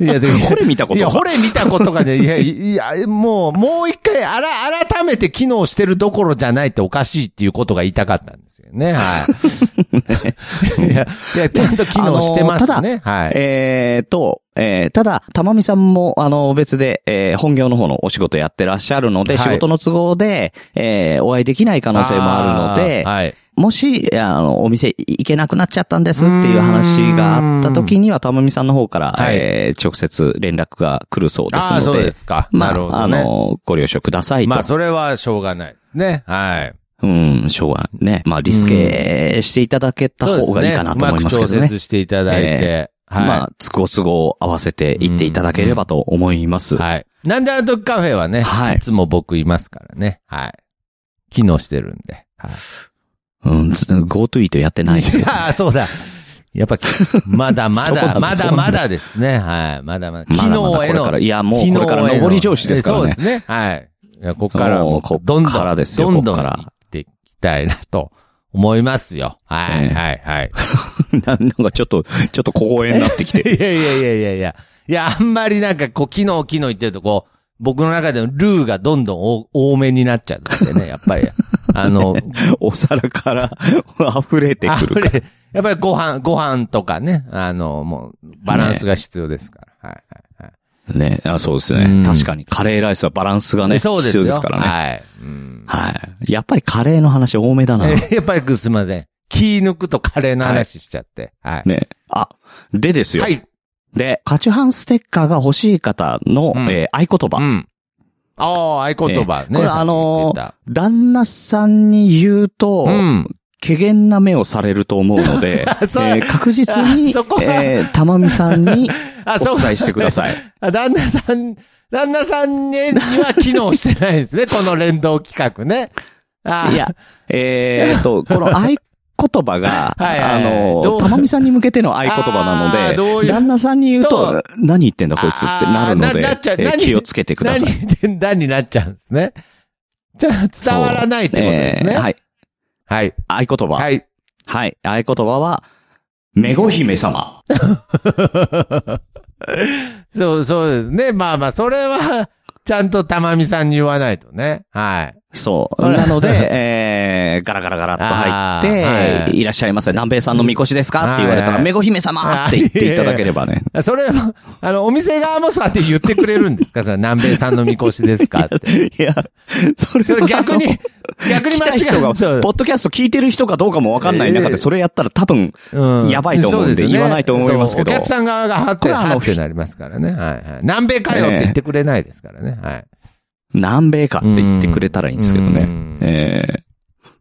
や、でも
これ見たこと
いや、
が
これ見たことがね、いや、いや、もう、もう一回、あら、改めて機能してるどころじゃないっておかしいっていうことが言いたかったんですよね。 はい。いや、いや、ちゃんと機能してますね。はい。
えーと、えーただ、たまみさんも、あの、別で、えー本業の方のお仕事やってらっしゃるので、
はい
仕事の都合で、えーお会いできない可能性もあるので、
あーはい。
もし、あの、お店行けなくなっちゃったんですっていう話があった時には、たまみさんの方から、
はい
えー直接連絡が来るそうです
ああー、
の
そう
で、
ですか。
ま
なるほ
あ、あ
どね。
の、ご了承くださいと。
まあ、それはしょうがないですね。はい。
うん、しょうがないね。まあ、リスケしていただけた
そうです
方がいいかなと思いますけど
うま
ね
く調。節していただいて。
え
はい。
まあ、つご都合を合わせて行っていただければと思います。
はい。なんであの時カフェはね、
はい
い。つも僕いますからね。はい。機能してるんで。はい。
うん、つ GoTo イートやってないですけど。
ああ、そうだ。やっぱ、まだま
そうなんだ
だ、ま
そう
だ
なんだ
まだですね。はい。まだまだ。機
まだま
能
だ
へ
これ
の
から、。いや、もうこれから上り調子ですから
そう
ね
で。すね。はい。いやここからはも
も
う
うこっ、
どんどん、
からですよ
どんどん
こっから
行っていきたいなと思いますよ。は
ええ
い、はい、はい。
ななんかちょっと、ちょっと光栄になってき て。
いやいやいやいやいや。いや、あんまりなんかこう、機能機能言ってるとこう、僕の中でのルーがどんどん多多めになっちゃってね、やっ ぱり。あの、
お皿から 溢れて
あ
くるから。
れやっぱりご飯、ご飯とかね、あの、もう、バランスが必要ですから。はいはい
ね、あそうです
う
ね。
ん
確かに、カレーライスはバランスが
はい。
ね、
そうで
必
すよ。
要ですからね。
はい。うん
はい。やっぱりカレーの話多めだな。
えやっぱりすいません。気抜くとカレーの話しちゃって。はい。
ね。あ、でですよ。
はい。
で、カチュハンステッカーが欲しい方の、
うん
えー合言葉。
うん。ああ、合
ええこれ
言葉ね。さっき言ってた
あのー旦那さんに言うと、
うん。
怪訝な目をされると思うの で、え
そう
ー確実に
あ そこ、は
えー、たまみさんに
あ、そう
お伝えしてくだ さい。
あ、旦那さん、旦那さんには機能してないで すね。この連動企画ね。あ
いや、えーっと、この合言葉が、
はいはいはい
あ
ど
の、
う
たまみさんに向けての合言葉
あ
な
ーど
の
う
で、
いう
旦那さんに言う
ど
と
う、
何言ってんだこいつってなるの
あーななっちゃう
で、えー
何
気をつけてください。
何で何になっちゃうんですね。じゃあ、伝わらないってことですね。
そうえーは
はい。
い。合言葉。
はい。
はい。合言葉は、めご姫様。
そう、そうですね。まあまあ、それは、ちゃんとたまみさんに言わないとね。はい。
そう。
あら
なので、 えー、ガラガラガラっと入
あー
っ
は
て、
い
いらっしゃいませ。南米さんのみこしです
は
か
い
って言われたら、
はい
めご姫様って言っていただければ ね。
それは、あの、お店側もそうやって言ってくれるんですかそれ南米さんのみこしですかって。
いや、それ
そ れ逆に、逆に
来
間
た
違
人が、
う。
ポッドキャスト聞いてる人かどうかもわかんない中
え
で、
え
それやったら多分、
う
やばいと思うんで
そすよ
言わないと思いますけど
そうお客さん側がはっ
こ
て、
れはあの
はってなりますからね。はいはい。南米かよって言ってくれないですからね。はい。
南米かって言ってくれたらいいんですけど
う
ね
ん。
えー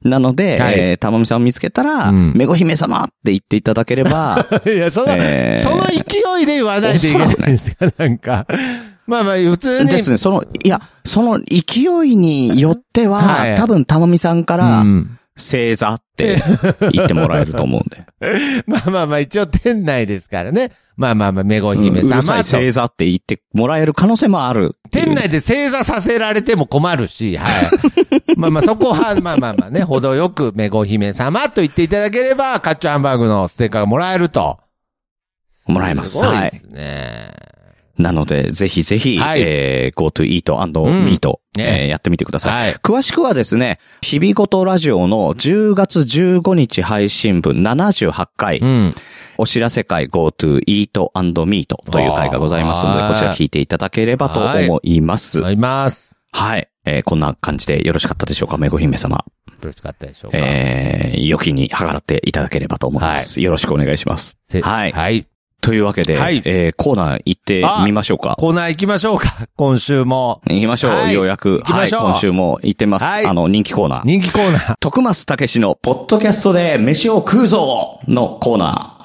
なので、
はい
えーたまみさんを見つけたら、
うん
めご姫様って言っていただけれ ば、
いや、その、
えー
その勢いで言わないといけないんですよ、なんか。まあまあ、普通に。
ですね、その、いや、その勢いによっては、
はい
多分たまみさんか
う
ら、
ん
星座って言ってもらえると思うんで。
まあまあまあ、一応店内ですからね。まあまあまあ、めご 姫
うんう
様
るさい
と。
星座って言ってもらえる可能性もあるっていう。
店内で正座させられても困るし、はい。 まあまあ、そこは、まあまあまあね、程よくめご姫様と言っていただければ、カッチョハンバーグのステッカーがもらえると。
もらえます
すごいですね。
なので、ぜひぜひ、
はい
えー、
うん
GoToEat&Meet、
ね
えーやってみてください。
はい
詳しくはですね、日々ごとラジオの10月15日配信分78回、
うん。
お知らせ会 GoToEat&Meet という回がございますので、
あー
こちら聞いていただければと思います。はい。
思います。
えーこんな感じでよろしかったでしょうか、めご姫様。
よろしかったでしょうか。
えー、良きに計らっていただければと思います。よろしくお願いします。
せ
はい
はい。
というわけで、
はい
えー、コーナー行ってみましょうか。
コーナー行きましょうか。今週も。
行きましょう、
はい
ようやく。
行きましょう
はい、今週も行ってます。
はい
あの、人気コーナー。
人気コーナー。
徳松たけしのポッドキャストで飯を食うぞのコーナ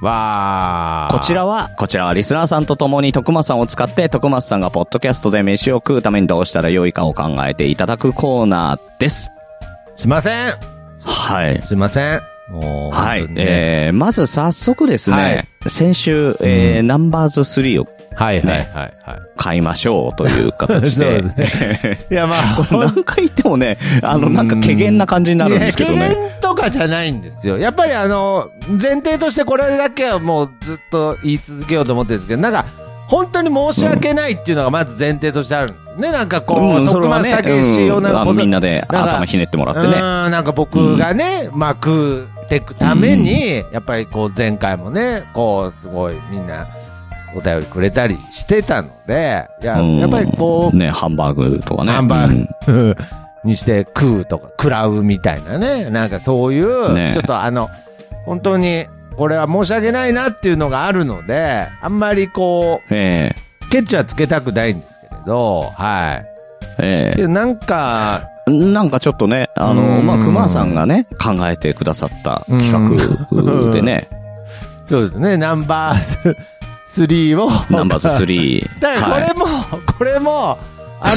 わ
ー。こちらは、こちらはリスナーさんと共に徳松さんを使って、徳松さんがポッドキャストで飯を食うためにどうしたらよいかを考えていただくコーナーです。
すいません。
はい。
すいません。もう
はい。
本当にね
えー、まず早速ですね、
はい
先週、えーナンバーズ3を
はいはいはい
ね
はい。
買いましょうという形で。
そうでいやまあ、
これ 何回言ってもね、あの、なんか、怪減な感じになるんですけど
いや
ね。
懸念とかじゃないんですよ。やっぱりあの、前提としてこれだけはもうずっと言い続けようと思ってるんですけど、なんか、本当に申し訳ないっていうのがまず前提としてあるんですよね。なんかこう、
うんそれ
徳
はね
松たけしをなん
うんあ
か、
のみんなで
なんか
頭ひねってもらって
う
ね。
ーん、なんか僕がね、まあ食ってくために、やっぱりこう前回もね、こうすごいみんなお便りくれたりしてたので、いや、
うん
やっぱりこう、
ね、ハンバーグとかね。
ハンバー
うん
グ、 にして食うとか食らうみたいなねなんかそういう、
ねえ
ちょっとあの本当にこれは申し訳ないなっていうのがあるのであんまりこ
え
うケチはつけたくないんですけれどはい
ええ
けどなんか
えなんかちょっとね、あの、
うん
まあ、熊さんがね、考えてくださった企画でね、
そうですねナンバー3を
ナンバーズ3。
だからこれも、これも、あ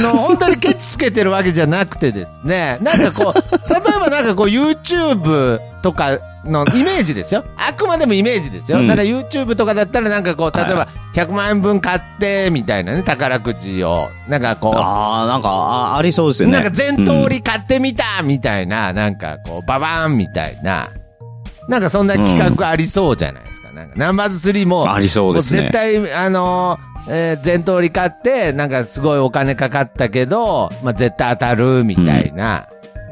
の、本当にケチつけてるわけじゃなくてですね、なんかこう、例えばなんかこう YouTube とかのイメージですよ。あくまでもイメージですよ。
うん
なんか YouTube とかだったらなんかこう、例え
は
ば100万円分買って、みたいなね、宝くじを、なんかこう、
ああ、なんか、あありそうですよね。
なんか全通り買ってみたみたいな、なんかこう、ババーンみたいな、なんかそんな企画ありそうじゃないですか。なんか、ナンバーズ3
うん
も、
ありそうです
も
ね
う絶。対、あのーえー全通り買って、なんかすごいお金かかったけど、まあ、絶対当たるみたいな。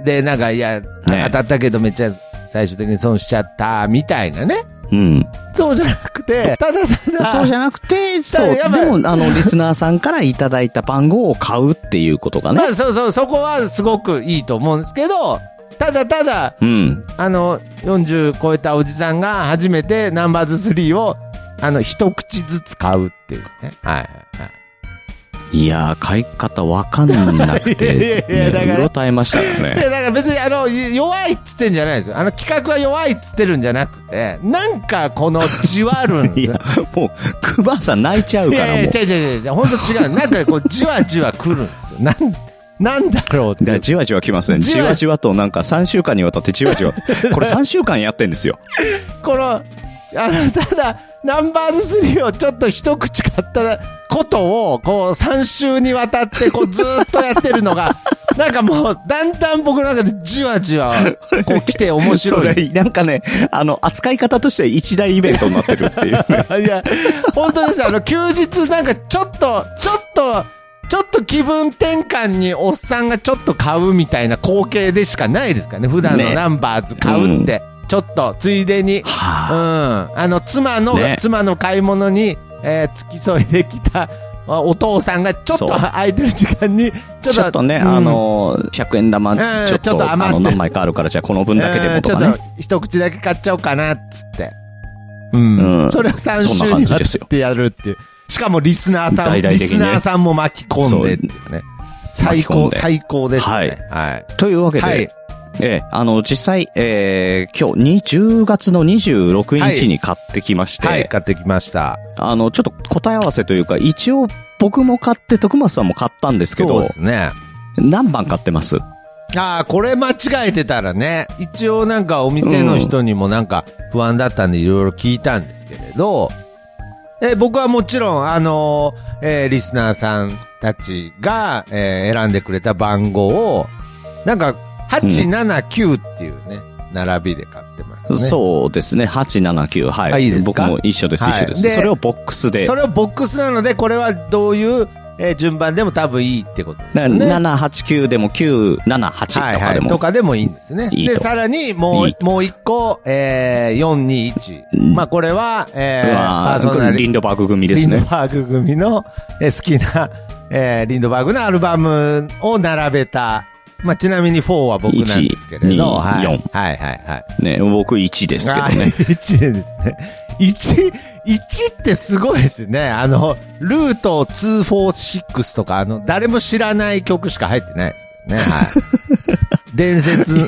で、なんか、いや、当たったけどめっちゃ最終的に損しちゃったみたいなね。
うん。
そうじゃなくて、ただた だ、
そうじゃなくて、そう。で
やばい
も、あの、リスナーさんからいただいた番号を買うっていうことがね
ま。あ、そうそう、そこはすごくいいと思うんですけど、ただただ、
うん。
あの、40超えたおじさんが初めてナンバーズ3を、あの、一口ずつ買うっていうね。はいはいはい。
いやー、買い方わかんなく
いやい
て、
やいや
ね、
だから
うろたえましたから
い
ね。
や、だから別にあの、い弱いっつってんじゃないですよ。あの、企画は弱いっつってるんじゃなくて、なんかこのじわるんで
い
すよ
や。、もう、クマさん泣 いちゃうか
い
ら
や
も。
いうや、
だか
違う違う違う、ほんと違う。なんかこう、じわじわ来るんですよ。なん、なんだろうって。
らじわじわ来ますね。じ
じわ
わじわとなんか3週間にわたってじわじわ。これ3週間やってんですよ。
この、あの、ただ、ナンバーズ3をちょっと一口買ったことを、こう、3週にわたって、こう、ずーっとやってるのが、なんかもう、だんだん僕の中でじわじわ、こう来て 面白い。
それなんかね、あの、扱い方としては一大イベントになってるっていうね。
いや、本当です。あの、休日なんかちょっと、ちょっと、ちょっと気分転換におっさんがちょっと買うみたいな光景でしかないですからね。普段の
ね
ナンバーズ買うって、ちょっと、ついでに。うん。
はあ、
あの、妻の、
ね
妻の買い物に、えー付き添いできた、あお父さんがちょっ
そ
と
う
空いてる時間に、ちょっと、
ちょっとね、
うん
あ、の、100円玉、ち
うん
ょっ
ちょっと
と、あ
余って
の、何枚かあるから、じゃあこの分だけでもとか
うん
ね
ち。ょっと一口だけ買っちゃおうかなっつって、うん
うん
それを3
そんな
週
感
に
じ
わ
ですよ
ってやるっていうしかもリスナーさん、
大々
リ
的にね
スナーさんも巻き込んでっていうね最
巻き込ん
高
で
最高ですねは
はいい、
はい
というわけで、
はい
ええ、あの、実際、えー、今日に、10月の26日に買ってきまして、
買ってきました
あの、ちょっと答え合わせというか、一応、僕も買って、徳松さんも買ったんですけ
そう
ど
で、すね
何番買ってます
ああこれ間違えてたらね一応なんかお店の人にもなんか不安だったんでいろいろ聞いたんですけれど、え僕はもちろんあのーえーリスナーさんたちが、えー選んでくれた番号をなんか879っていうね、並びで買ってますね
そうですね、879。はい。
あいいですか
僕も一緒です、
は
一
い
緒です。
で
それをボックスで。
それをボックスなのでこれはどういう、えー順番でも多分いいってことです
な
よね
789でも978とかでも。
とかでもいいんですね。
いい
で、
と
さらにもう、
いいと
もう一個、えー、421。
うん
まあ、これは、え
う
ー、
わ
パー
ー
ソナ
リ
リ
ンドバーグ組で
リ
す
ンド
ね。
バーグ組の、えー好きな、えーリンドバーグのアルバムを並べた。まあ、ちなみに4は僕なんですけれ
1 2
ど。はい、はい
4
はいはい。
ね、僕1ですけど
あ
ね。
1ですね。1、1ってすごいですね。あの、ルート246とか、あの、誰も知らない曲しか入ってないですけど ね。はい。伝説。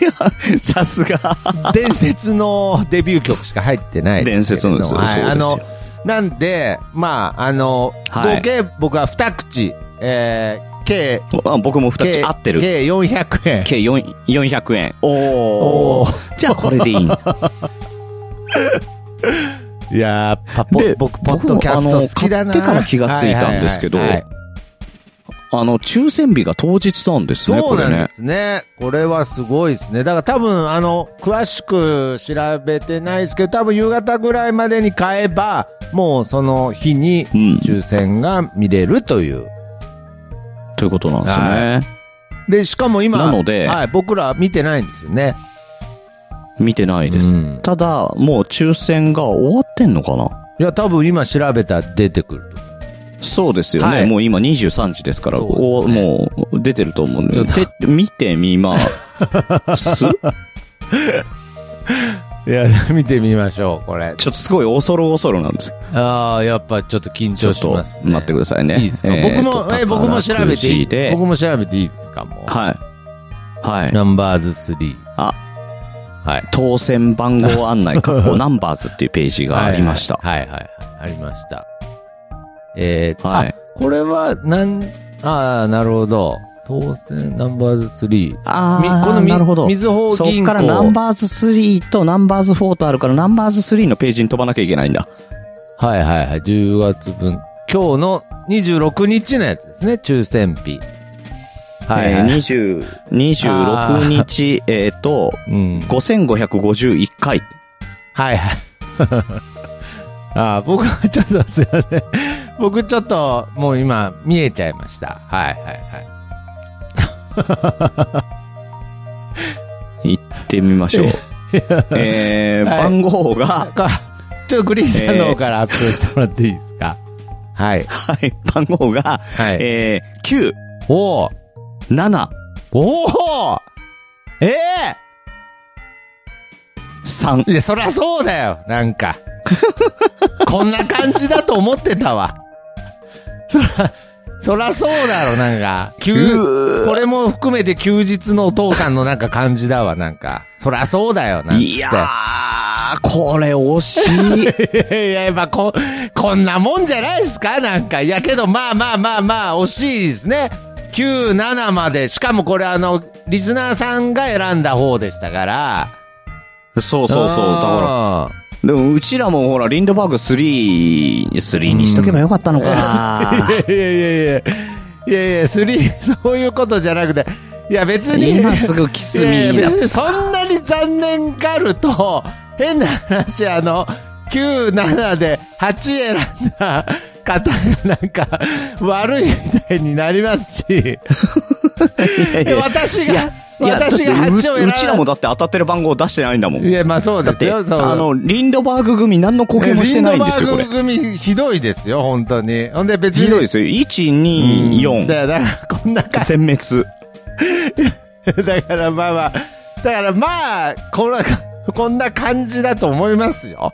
さす が。
伝説のデビュー曲しか入ってないですけれども
伝説の
はい、あ
そう
の
です
なんでまああの、
はい
合計僕は2口えー、計
あ僕も2
計
つ合ってる。
計400円
計4 400円。お
お
ー。じゃあこれでいいんだ。
いやーパポ
で
僕ポッドキャスト好きだな
僕もあの買ってから気がついたんですけど
はいはいはい
あの、抽選日が当日なんですね、
そ
こ
う
れ
なんで
ね。
すねこれはすごいですねだから多分あの詳しく調べてないですけど多分夕方ぐらいまでに買えばもうその日に
うん。
抽選が見れるという
ということなんですね。
で、しかも今、
なので
はい、僕ら見てないんですよね。
見てないです。
うん
ただ、もう抽選が終わってんのかない
や、多分今調べたら出てくると。
そうですよね。
はい
もう今23時ですから、
そうですね
おもう出てると思うん
ち
で
ょっと
で見てみますちょ
いや、 見てみましょう、これ
っ。とすごい恐る恐るなんです。
ああ、やっぱちょっと緊
ちょ
張
っ
し
と
ます、
待
ね。
ってくださいね。
いいですか、
えー
僕も、
と
えー僕も調べて
宝く
い
じで
い僕も調べていいですかもう。
はい。はい。
ナンバーズ3。
あ、
はい。
当選番号案内、括弧ナンバーズっていうページがありました。
はいはいはい、はいありました。えー、
はい
あ、これは、なん、ああ、なるほど。当選ナンバーズ3。
あ
み
ー
このみ
なるほど。
みずほ
そ
銀
っ
行
からナンバーズ3とナンバーズ4とあるから、ナンバーズ3のページに飛ばなきゃいけないんだ。
はいはいはい、10月分。今日の26日のやつですね、抽選日。はい、
え
はい。
ー、20 26日、えっ、と、
うん。
5551回。
はいはい。 あー僕はちょっとすいません。僕ちょっともう今見えちゃいました。はいはいはい。
行ってみましょ う。えー、
はい
番号が、
かちょっとグリーンさんの方から発表してもらっていいですか、はい。
はい、番号が、
はい。
えー、9、
おー
7、
おーえ
3
え。いや、そりゃそうだよ、なんか。 こんな感じだと思ってたわ。そら、そらそうだろ、なんか。休これも含めて休日のお父さんのなんか感じだわ、なんか。そらそうだよ、なんつって。
いやー、これ惜 しい。
い やいや、やっぱこ、こんなもんじゃないですかなんか。いやけど、まあまあまあまあ、惜しいですね。9、7まで。しかもこれあの、リスナーさんが選んだ方でしたから。
そうそうそう。だから
から。、
でもうちらもほら、リンドバーグ3、3にしとけばよかったのか。
いやいやいやいや。いやいや、スリー、そういうことじゃなくて、いや、別に。
今すぐキスミ
い
ー
や
だ
い。やそんなに残念がると、変な話、あの、9、7で8選んだ方がなんか悪いみたいにな りますし、私が、私が8を選ん
う
だ。
うちらもだって当たってる番号出してないんだもん。
いや、まあそう
だっ
です
て、
よ、そう。
あの、リンドバーグ組何の貢献もしてないんですよ、こ
リ
れ
ン。ドバーグ組ひどいですよ、本当に。ほんで別に。
ひどいですよ。1、2、4。
だよだから、こんな感
全滅。
じ。だからまあまあ、だからまあ、こんな、こんな感じだと思いますよ。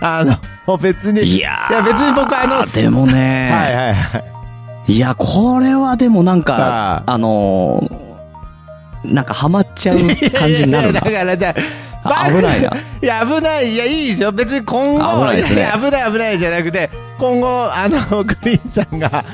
あの、別に。
いやー
いや別に僕あの、
でもね、
はいはいはい。
いや、これはでもなん
は
か
い、
あのー、なんかハマっちゃう感じになるな。
いやいやだから
あ
だ、
危ないな。
いや、危ない。いや、いいですよ。別に今後、
危ないですね
や危ない危ないじゃなくて、今後、あの、 グリーンさんが、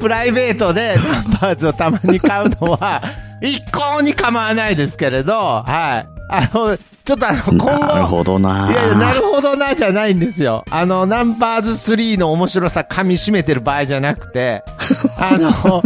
プライベートでナンバーズをたまに買うのは、一向に構わないですけれど、はい。あの、ちょっとあの、今後、
なるほどない
やいや、なるほどな、じゃないんですよ。あの、ナンバーズ3の面白さ噛み締めてる場合じゃな くて、あの、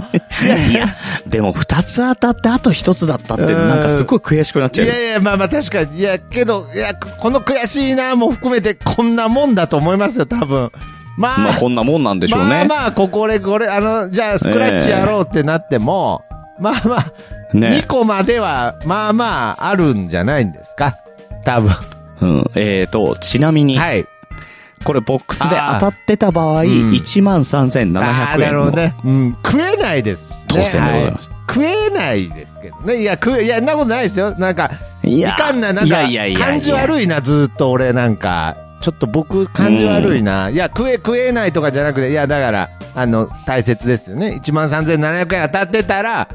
いや、でも二つ当たってあと一つだったって、
うん
なんかすごい悔しくなっちゃう
い
よ。
やいや、まあまあ確かに。いや、けど、いや、この悔しいなも含めてこんなもんだと思いますよ、多分。まあ、
まあこんなもんなんでしょうね。
まあまあ、ここでこれ、あの、じゃあスクラッチやろうってなっても、まあまあ、
ね
2。個までは、まあまあ、あるんじゃないんですか多分。
うん。えーと、ちなみに、
はい。
これボックスで当
あー
たってた場合、
ん
13,700円
ああー、なるほ
の
どね。うん。食えないですしね、
当選でございます
は食えないですけどね。いや、食え、いや、そんなことないですよ。なんか、
い
い
や
かんな、なんか、
いやいやいやいや
感じ悪いな、ずーっと俺なんか。ちょっと僕、感じ悪いな。いや、食え、食えないとかじゃなくて、いや、だから、あの、大切ですよね。13,700円当たってたら、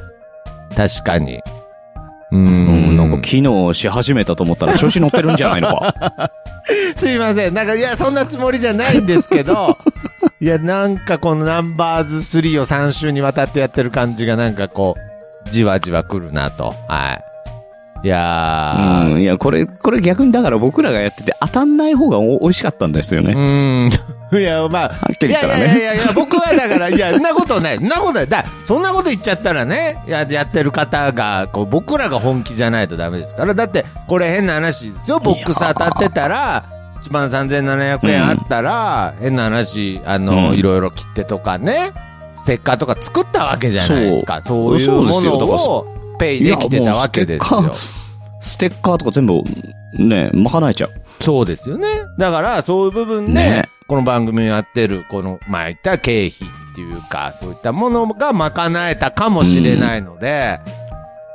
確かに。うー
うん、
ん、
なんか機能し始めたと思ったら調子乗ってるんじゃないの か。
すいません。なんか、いや、そんなつもりじゃないんです けど、いや、なんかこのナンバーズ3を3週にわたってやってる感じが、なんかこう、じわじわ来るなと。はい。いや
う
ー、
ん、いや、これ、これ逆にだから僕らがやってて当たんない方がお美味しかったんですよね。
うん。い や、まあ。は
っきり言ったらね
いやいやいやいや、僕はだから、いや、そんなことない。そんなことない。だ、そんなこと言っちゃったらね、ややってる方が、こう、僕らが本気じゃないとダメですから。だって、これ変な話ですよ。ボックス当たってたら、1万3700円あったら、変な話、あの、
うん
いろいろ切手とかね、ステッカーとか作ったわけじゃないですか。そういう
そうで
も
すよ
の
だからそ
を、ペイできてたわけです
いやも
よ
う。ステッカーとか全部、ね、まかないちゃう。
そうですよね。だから、そういう部分で、
ね
この番組をやってる、この、まあ言った経費っていうか、そういったものが賄えたかもしれないので、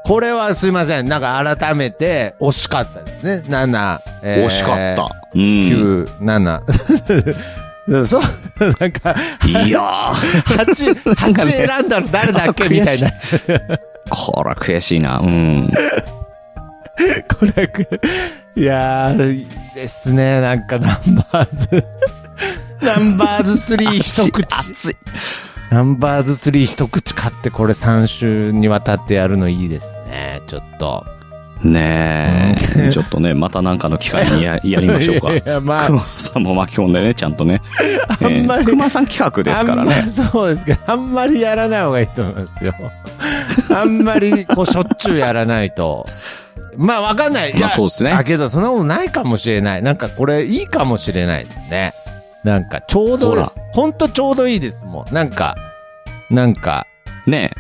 これはすいません。なんか改めて、惜しかったですね。7、えー
惜しかった。。うん。
9、7。そう、なんか、
いやー。
8、8選んだの誰だっけみたいな。
こら悔しいな。うん。
これく、いやー、いいですね。なんか、ナンバーズ。ナンバーズ3一口。
熱い。
ナンバーズ3一口買ってこれ3週にわたってやるのいいですね。ちょっと。
ねえ。ちょっとね、またなんかの機会 にややりましょうか。
いやいやまあ
熊さんも巻き込んでね、ちゃんとね。
あんまり
えー熊さん企画ですから
あん
ね。
まそうですけど、あんまりやらない方がいいと思いま すよ。あんまり、こう、しょっちゅうやらないと。まあ、わかんない。いや
まあそうですね
だけど、そんなことないかもしれない。なんか、これ、いいかもしれないですね。なんか、ちょう
ほ
ど
ら、
ほんとちょうどいいですもん。なんか、なんか、
ね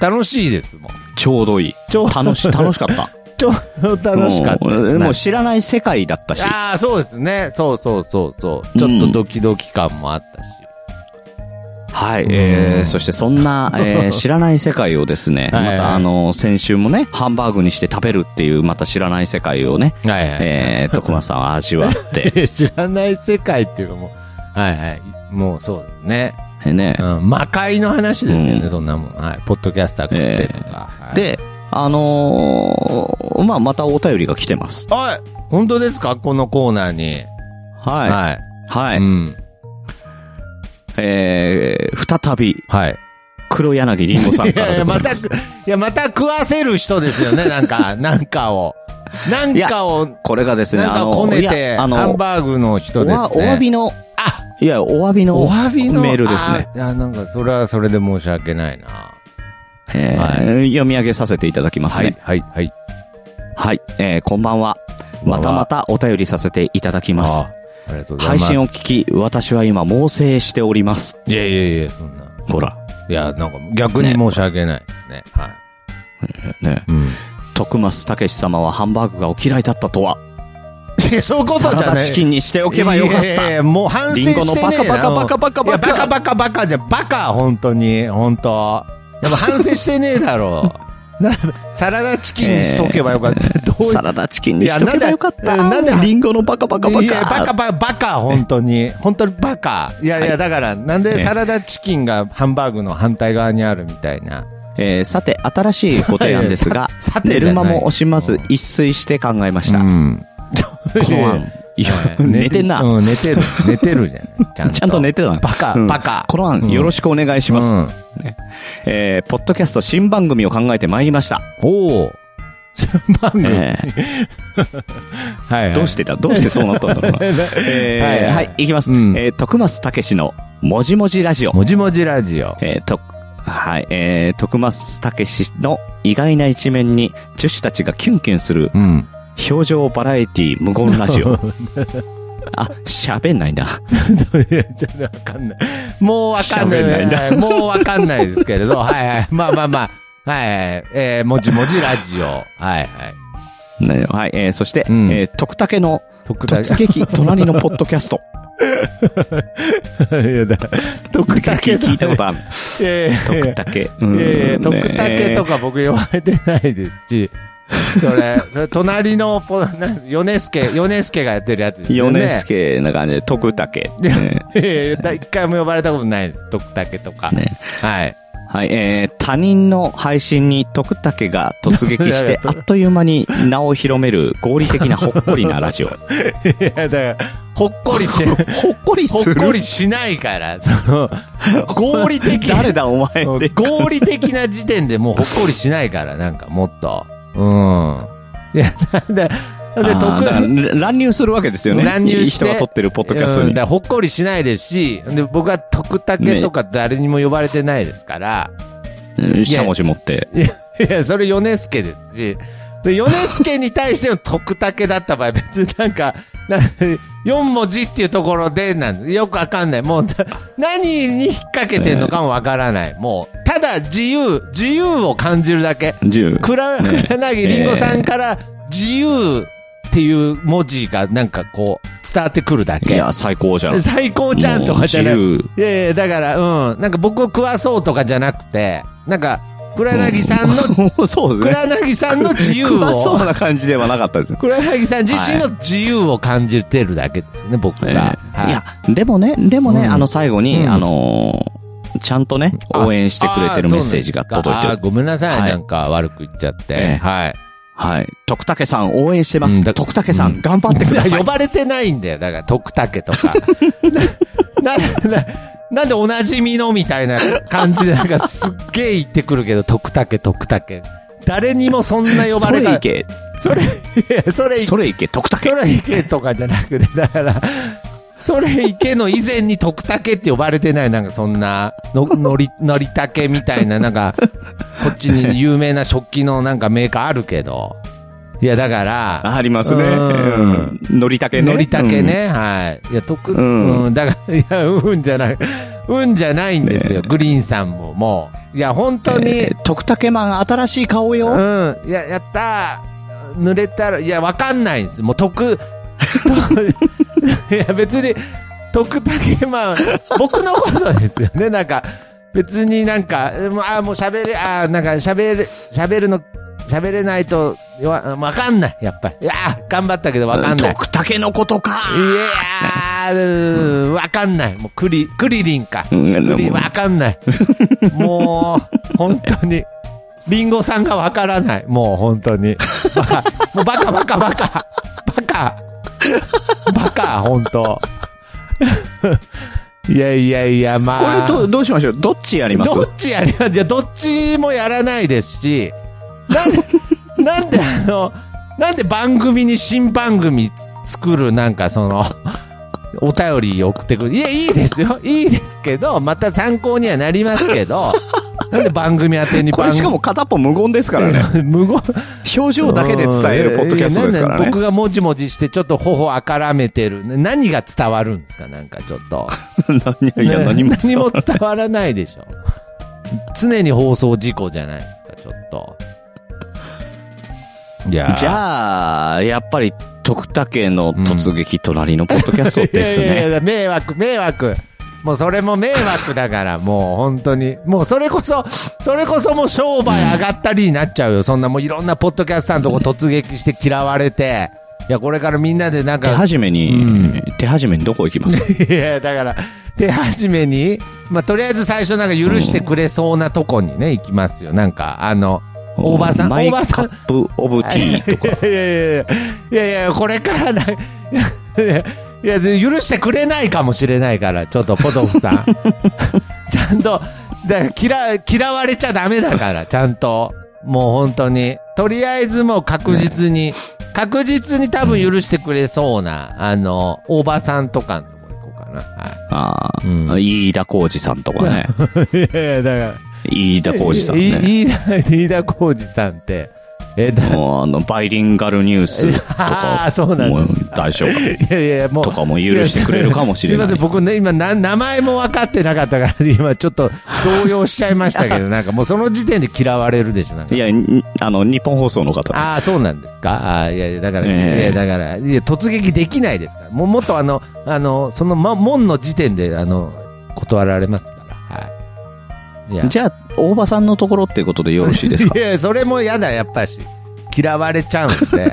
楽しいですもん。
えちょうどいい。
ちょう
楽 し、楽しかった。
ちょうど楽しかったです
うん
ね
もう知らない世界だったし。
ああ、そうですね。そうそうそうそう。ちょっとドキドキ感もあったし。
はい、え
う
ー、
ん
そしてそんな、 えー知らない世界をですね、
はいはい
またあの、先週もね、ハンバーグにして食べるっていう、また知らない世界をね、
はいはい。
え ー、徳間さんは味わって、
知らない世界っていうかもう、はいはい。もうそうですね。
ね
う、ん。魔界の話ですけどね、
うん
そんなもん。はい。ポッドキャスター食ってとか。はい、
で、あのー、まあ、またお便りが来てます。
はい。本当ですかこのコーナーに。
はい。はい。
はい。うん。
えー、再び、
はい。
黒柳りんごさん
い
か
や
ら
い
で
や、
ござ
ま
いま
た、
す。
いや、また食わせる人です よね、なんか、なんかを。なんかを、
これがですね、
なん
あ
か
の、
こね
い
て、
やあ
ハン
の、
バーグの人
お
ですね
わ。お詫びの、
あ、
いや、お詫びの、
お詫びの
メールですね。
あーいや、なんか、それはそれで申し訳ないな。
えー
は
読み上げさせていただきます
はい
ね。、
はい、はい。
はい、えーこんばんは。
んばんは
またまたお便りさせていただきます
あ。ーありがとうござ
配
います。
信を聞き、私は今、猛省しております。
いやいやいや、そんな。
ほら、
いや、なんか逆に申し訳ないですね。はい。
ね、
うん。
徳松たけし様はハンバーグがお嫌いだったとは、
いや、そういうことじ
サ
ゃ
ラ
ない。
ダチキンにしておけばよかっ
いやいやい
た。
やもう反省してねえ
リ
な
ンゴのバカバカバカバカバカ
いやバカバカバカじゃ、バカ、本当に、本当。やっぱ反省してねえ だろう。なサラダチキンにしとけばよかった。どうい
サラダチキンにしておけばよかっ
いやな
た。
んでなんで
リンゴのバカバカバカ。
いや、バカバカ、バカ、本当に。本当にバカ。いやいや、だから、なんでサラダチキンがハンバーグの反対側にあるみたいな。
えーさて、新しいご提案ですが
ささ、てじゃ
寝
ない
る間も惜しまず一睡して考えました。こ
ん。
の案、いや 寝てんな。
うん、寝てる。寝てるじゃない。ちゃん と。
ちゃんと寝てたの
バカ、
うん
バカ。
この案、よろしくお願いし
う
ます。
ん。
えーポッドキャスト新番組を考えてまいりました。
お お。番組。
え
はい、はい。
ーどうしてたどうしてそうなったんだろう な。えー
はいはい
はい、いきます。
うん
えー徳松たけしの、もじもじラジオ。
もじもじラジオ。
えーと、はい、えー、徳松たけしの意外な一面に女子たちがキュンキュンする
うん。
表情バラエティ無言ラジ オ。あ、喋んないんだ。
いや、ちょっとわかんない。もうわかんない。
喋んないんだ
はいもうわかんないですけれ ど、はいはい。まあまあまあ。はいはい。えー、もじもじラジオ。はいはい。
ねはい、えー、そして、
うん
えー、徳竹の
特
突 撃隣のポッドキャスト。
いやだ。 徳竹
聞いた ことある。
いやいやいや
徳竹。うん
いやいや、徳
ね
竹とか僕呼ばれてないですし、それ、それ隣のポ、なん米助、米助がやってるやつですよね。
米助な感じで、徳竹。
いや
ね
いやいやだ一回も呼ばれたことないです。徳竹とか。
ね
はい。
はい、えー、他人の配信に徳竹が突撃し
いやい
て
や、
あっという間に名を広める合理的なほっこりなラジオ。ほ
いや、だから、ほっこりして、
っこり
ほっ
する
こりしないから、その、合理的。
誰だお前
うん
で。
合理的な時点でもうほっこりしないから、なんかもっと。うん。いや、なんで、なんで
あ
徳
ーだから乱入するわけですよね。
乱入して
いい人が撮ってるポッドキャスト
うん
に
だか。らほっこりしないですし、で僕は徳竹とか誰にも呼ばれてないですから、
うんしゃもじ持って。
いや、いや、それ米助ですし、で、米助に対しての徳竹だった場合、 別になんか、な4文字っていうところでなんです。よくわかんない。もう、な何に引っ掛けてんのかもわからない。もう、ただ自由、自由を感じるだけ。
10。
くら、
ね
くらなぎりんごさんから、自由っていう文字がなんかこう、伝わってくるだ
い
け。
や、最高じゃん。
最高ちゃんとかじゃな
もう
く
自
いやいや、だから、うん。なんか僕を食わそうとかじゃなくて、なんか、倉なぎさんの、
由。そうですね。
倉なぎさんの自由
うまそう
を、
な感じではなかったです。
倉なぎさん自身の自由を感じてるだけですね、僕
ええ
が。はい
いや、でもね、でもね、
うん
あの、最後に、
うん
あのーちゃんとね、
あ
応援してくれてるメッセージが届いて
あーそうなんですかあー
る。
ごめんなさい、
はい
なんか悪く言っちゃっ
え
て。
え
はい。
はい。徳武さん、応援してま
う
す
ん。だ
徳武さん、頑張ってくだ さい
呼。ばれてないんだよ。だから、徳竹 とか。な、な、なんでおなじみのみたいな感じで、なんかすっげえ言ってくるけど、徳竹、徳竹。誰にもそんな呼ば
そ
れ
れ
ない
い。け、
それ、いやそれいけ、
それいけ、徳
そ
武。
れいけとかじゃなくて、だから、それいけの以前に徳竹って呼ばれてない、なんかそんな、の、 のり、のりたけみたいな、なん か、こっちに有名な食器のなんかメーカーあるけど。いや、だから、
ありますね。
うん
うんのりたけね。
のりたけね、はい。いや、特、
うん
うん、だから、いや、うんじゃない、うんじゃないんですよ、グリーンさんも、もう。いや、本当
うん。
に、
えー徳武マン、新しい顔よ。
うん、いや、やったー濡れたら、いや、わかんないんです。もう、徳、と いや、別に、徳竹マン、僕のことですよね、なんか、別になんか、うんあーもう喋れ、あーなんか喋る、喋るの、喋れないと、わわかんない、やっぱり。いやー頑張ったけどわかんない。
徳武のことか。
いやー、わかんない。もうクリ、クリリンか。
う
ク
ん
リわかんない。もう、本当に。リンゴさんがわからない。もう本当に。バカ。もうバカバカバカ。バカ。バカ、本当。いやいやいや、ま
こ
あ。
れどう、どうしましょうどっちやります
どっちやりますいや、どっちもやらないですし、な んで、なんであの、なんで番組に新番組つ作るなんかその、お便り送ってくる。いや、いいですよ。いいですけど、また参考にはなりますけど、なんで番組宛てに
こ
番
れしかも片っぽ無言ですからね。
無言
表情だけで伝えるポッドキャストですから
うんいやなんで
ね。
僕がもじもじしてちょっと頬あからめてる。何が伝わるんですかなんかちょっと。
何いや、
ね
何も。
何も伝わらないでしょ。常に放送事故じゃないですか、ちょっと。いやー
じゃあ、やっぱり、徳武の突撃隣のポッドキャストです
いやいやい
ね。
や迷惑、迷惑。もうそれも迷惑だから、 もう本当に。もうそれこそ、それこそもう商売上がったりになっちゃうよ。そんなもういろんなポッドキャスターのとこ突撃して嫌われて。いや、これからみんなでなん
手
か、
始めに、手始めにどこ行きます
いや、だから、手始めに、まあ、とりあえず最初なんか許してくれそうなとこにね、行きますよ。なんか、あの、 おばさん、
マ
お
イカ
ばさん
ッ、プオブテ ィーとか。
いやいやいやいやいやこれからだい やいやいやで許してくれないかもしれないからちょっとポトフ さんちゃんとだから嫌嫌われちゃダメだからちゃんともう本当にとりあえずもう確実に、確実に多分許してくれそうな、あのおばさんとかのとこ行こうかなは
ああ、
うん
飯田浩二さんとか ね。
いいやいやだから
飯田浩二さん
い
ね。
い飯田浩二さんってえだ
もうあの、バイリンガルニュースと
あー
か、
そう なん
もう
です
大丈夫。
いやいやいやもう
とかも許してくれるかもしれない
や すいません僕ね今な名前も分かってなかったから 今ちょっと動揺しちゃいました けどなんかもうその時点で嫌われるでしょなんか
いや、にあの、日本放送の方です。
ああそうなんですかあーいやいやだから、
ええ
いやだからいや突撃できないですからもうもっとあのあのその、ま、門の時点であの断られますからはいいや
じゃあ、大場さんのところっていうことでよろしいですか
いやいやそれも嫌だやっぱし嫌われちゃうんではい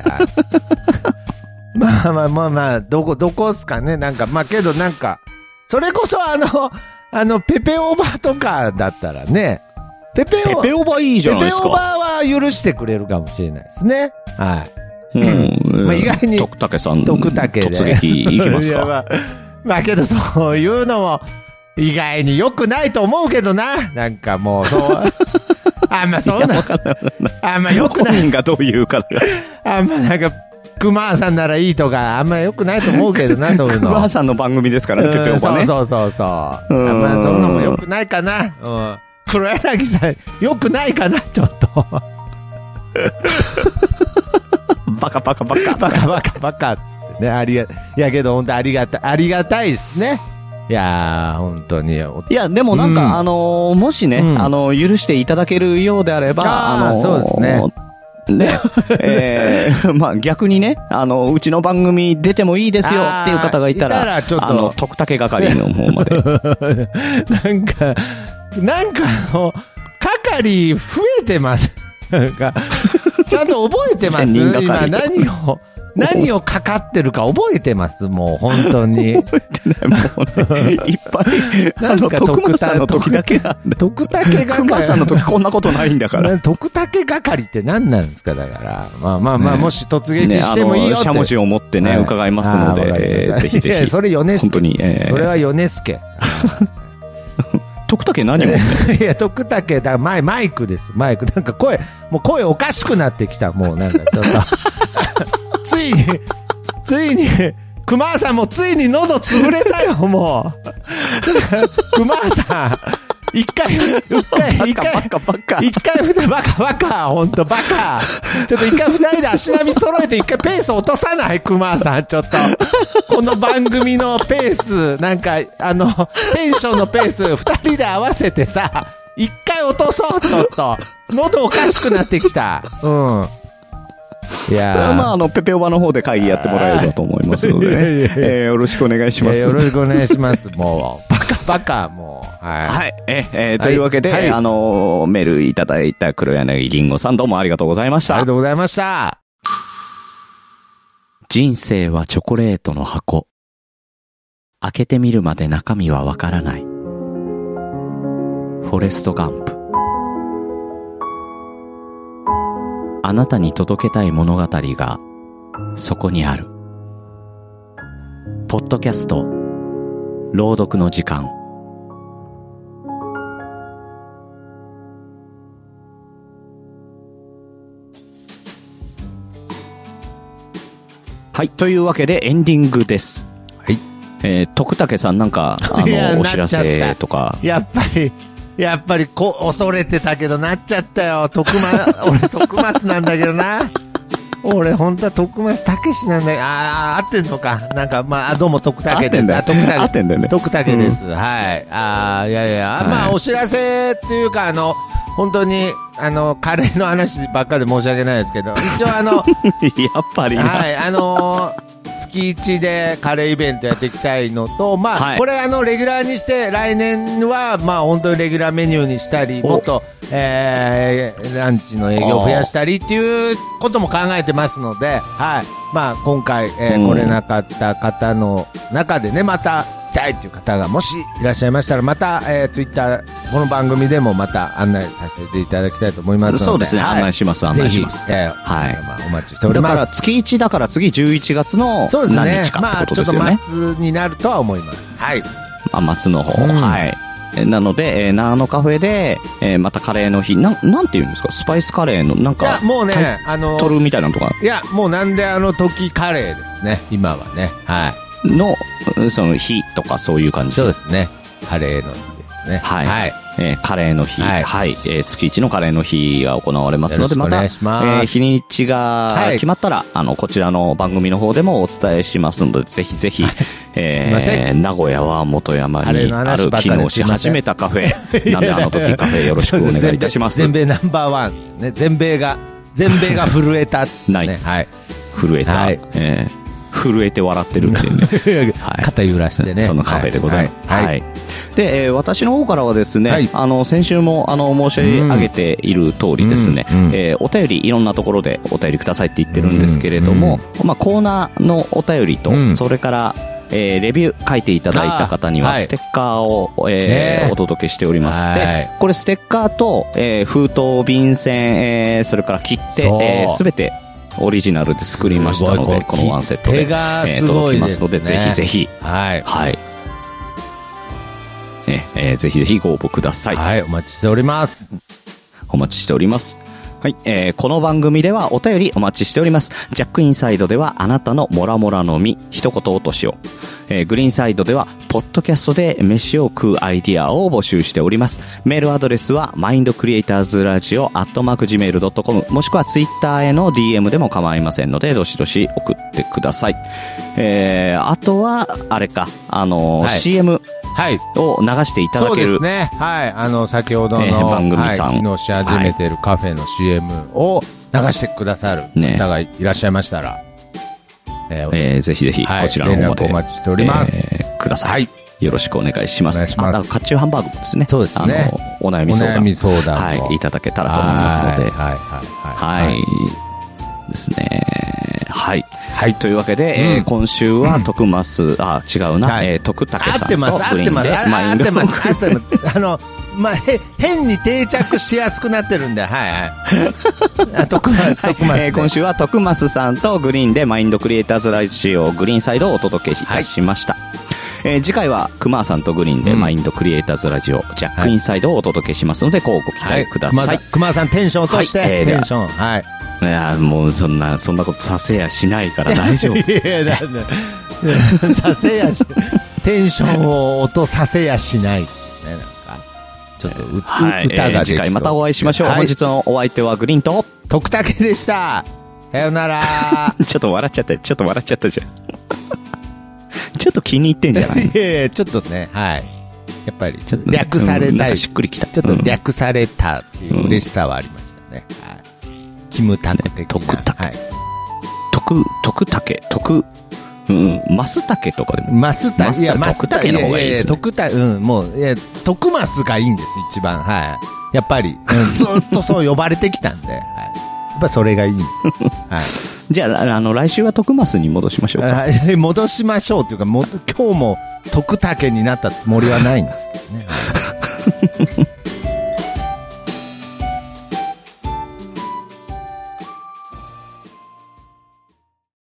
まあまあまあまあどこどこっすかねなんかまあけどなんかそれこそあのあのペペオーバーとかだったらねペペ
ペ
オ
ペオバいいじゃない
ペ
で
ペ
す
オー
か。
バーは許してくれるかもしれないですねはい
うん
まあ意外に
徳武さん、
徳武で
突撃いきます
いやま
か。
あ、まあけどそういうのも意外に良くないと思うけどななんかもうそう あんまそうなあんま良く
本
ない
人がどういうかだから。
あんまなんか、クマさんならいいとか、あんま良くないと思うけど な、そうい う
ク
の。
マさんの番組ですからね、ペペ
う
オバ
んそう
ね。
そうそうそう。あん
うん
まそんなもん良くないかな。うん。黒柳さん、良くないかな、ちょっと。
バカバカバカ。
バカバカバカっつってね、ありが、いやけど本当ありがたい、ありがたいですね。いやー、本当に。お
いや、でもなんか、
うん
あのーもしね、
うん
あのー許していただけるようであれば、
あ
あ
ー
のー
そうですね。
ね、 えー、まあ逆にね、あのーうちの番組出てもいいですよっていう方がいたら、
あーいたらちょっと
あの、徳武係の方 まで。
なんか、なんかあの、係増えてます。 なんか、ちゃんと覚えてます
千人係
今何を、何をかかってるか覚えてますもう本当 に。
もうね、いっぱい、
な
あ
んす
の、
か
徳間さんの時だけなんで。
徳武係。
徳間さんの時こんなことないんだから。
な徳武係って何なんですかだから。まあまあまあ、
ね
もし突撃
ね、
し
あ
て
の
もいい
ー、
よって。
しゃもじを持ってね、
はい
伺いますの
あーわかり
で、え
ま
ー
した
ぜひ
いや
ぜひ。
それ米
本
助
当に、え
それ
ー、
はヨネスケ。
徳武何も、
いや、徳武、だマイ、マイクです。マイク。なんか声、もう声おかしくなってきた。もうなんかちょっと。 ついに、ついに、熊さんもついに喉潰れたよ、もう。 熊さん、一回、一 回、一
バカバ
回。
カバカ。
一回ふた、バカバカ、ほんとバカ。ちょっと一回二人で足並み揃えて一回ペース落とさない熊さん、ちょっと。この番組のペース、なんか、あの、テンションのペース、二人で合わせてさ、一回落とそう、ちょっと。喉おかしくなってきた。うん。いや
それは
ー
まあ、あの、ペペオバの方で会議やってもらえればと思いますのでね
いやいやいや。
えーよろしくお願いしま
いや
す
よ。ろしくお願いします、もう。バカバカ、もう。はい。
はい。えー、えー
はい
というわけで、
はい
あのー、メールいただいた黒柳りんごさんどうもありがとうございまし
あり
た
がと。うございました。
人生はチョコレートの箱。開けてみるまで中身はわからない。フォレストガンプ。あなたに届けたい物語がそこにある。ポッドキャスト、朗読の時間。はい。というわけでエンディングです。
はい。
えー、徳武さんなんか、あ
いや
の、お
なっちゃ
知
った
らせとか。
やっぱり、やっぱりこ、恐れてたけどなっちゃったよ。徳 ま、俺徳松なんだけどな。俺本当は徳松たけしなんだけど、ああ、合ってんのか。なんか、まあ、あどうも徳たけで
合って
す。
んだよ
あ徳武
合ってんだよね
徳武です。はい。ああ、いやいや、まあ、お知らせっていうか、あの、本当に、あの、カレーの話ばっかで申し訳ないですけど、一応 あの、
やっぱりな、
はい、あのー月1でカレーイベントやっていきたいのと、まあ、
はい
これあの、レギュラーにして、来年は、まあ、本当にレギュラーメニューにしたり、
お
もっと、えー、ランチの営業を増やしたりっていうことも考えてますので、はい。まあ、今回、えー
うん
来れなかった方の中でね、また、来たいっていう方がもしいらっしゃいましたら、また、えー、ツイッター、この番組でもまた案内させていただきたいと思いますので。
そうですね、
はい
案内します、案
ぜ
内し
ひ
ます。、
えー
はい
まあお待ちしており
だか
ま
ら
す。
月1だから次11月の
そうです
何
ね
日。かっ
ま
て
あ、
こと
ちょ
で
っと
すよね。
末になるとは思います。はい。
あ、松の方、
うん
はい。えなので、えー、長野カフェで、えーまたカレーの日、なん、なんて言うんですかスパイスカレーの、なん
い
か、、
やもうね、あの
ト、ルみたいなのとか
いや、もうなんであの時カレーですね。今はね。はい。
の、うんその日とかそういう感じ
そうですね。カレーの日ですね。
はい
はい。
えーカレーの日、
は
はいい、えー月1のカレーの日が行われますので、
よ
ま
ろしくお
た、
願
え
いします
ー日にちが
はい
決まったら、あの、こちらの番組の方でもお伝えしますので、ぜひぜひ、えー
すいませ
名古屋は元山
カレー
に
の
あ
話
る
ばっ
機
かり
能し始めたカフェ、なんであの時カフェよろしくお願いいたします。
全米全米ナンバーワン。ね、全米が、全米が震えたっつってね。
ない
はい。
震えた、
はい
えー震えて笑ってるっていうね。はい
肩揺らしてね。
そのカフェでございます。
は
はいい。
はい。
で、えー私の方からはですね、
はい
あの、先週も、あの、申し上げている通りですね、
うんうん
えーお便り、いろんなところでお便りくださいって言ってるんですけれども、まあ、コーナーのお便りと、
うん
それから、えーレビュー書いていただいた方に
あー
は、
はい
ステッカーを、えー
ねえ
お届けしておりまし
は
て
い、
これステッカーと、えー封筒、便箋、えーそれから切手、
そう
えーすべてオリジナルで作りましたので、このワンセットで、
手が
え
す
ー
ご
届
い
き
で
ますす
ね。
ので、ぜひぜひ、
はい。
はい。え、えーぜひぜひご応募ください。
はい。お待ちしております。
お待ちしております。はい、えーこの番組ではお便りお待ちしております。ジャックインサイドではあなたのモラモラの実、一言落としを。えーグリーンサイドでは、ポッドキャストで飯を食うアイディアを募集しております。メールアドレスは、mindcreatorsradio.gmail.com もしくはツイッターへの DM でも構いませんので、どしどし送ってください。えーあとは、あれか、あのー
はい
CM
はい。
を流していただけ
そう
る、
ですね。はい。あの、先ほどの、
えー番組さん
はい、機能し始めてるカフェの CM を流してくださる
ね
方がいらっしゃいましたら、えー
えーぜひぜひ
はい
こちらの方まで、
連絡お待ちしております
えーください、
はい
よろしくお願いしま
お
す
願いします
あだから甲冑ハンバーグもですね
そうですね
あのお悩み
お
相談
悩み相談を
はい、いただけたらと思いますので
はい。はい。
はい、
はい。
ですねはい
はい。
というわけで、えー
うん
今週は徳増、あ違うな、
はい
えー徳武
合
さんと
ってます、
グ
合っ
リー
て
ン
ます、
で
あ
マ
合
イン
っ
ド
てます、合ってます。あの、まあ、へ変に定着しやすくなってるんで、はいはい。あ 徳松、徳松で。
えー今週は徳増さんとグリーンでマインドクリエイターズラジオグリーンサイドをお届けいたしました、えー次回はクマーさんとグリーンで
うん
マインドクリエイターズラジオ、ジャックインサイドをお届けしますので、こうご期
は
待
い、
ください、
熊さん熊さん、テンション落として、
はいえーで
テ
は
ンション。はい。
いやーもうそんなそんなことさせやしないから大 丈夫
いやだださせやしテンションを落とさせやしないねなんかちょっとう、
はい、
歌が
えー
できそう
次回またお会いしましょう、
はい
本日のお相手はグリーンと
徳武でしたさよ なら
ちょっと笑っちゃったちょっと笑っちゃったじゃん ちょっと気に入ってんじゃない
いやいやちょっとねはいやっぱり
ちょっとね
略され
うんな
た
ん
い
か
ち
しっくりきた
ょっと略されたっていう嬉しさはありましたね、はいキムタク的な、
ね徳武
はい
徳徳竹徳うんマスタケとかでも
マスタ
マスタ
いや
徳
マスタ
竹の方がいいですね
ややや徳タうんもういや徳マスがいいんです一番はいやっぱり、 うん、ずっとそう呼ばれてきたんで、はい、やっぱそれがいいんです、はい
じゃあら、あの、来週は徳マスに戻しましょうか。
はい、 戻しましょうというかもう今日も徳竹になったつもりはないんですけどね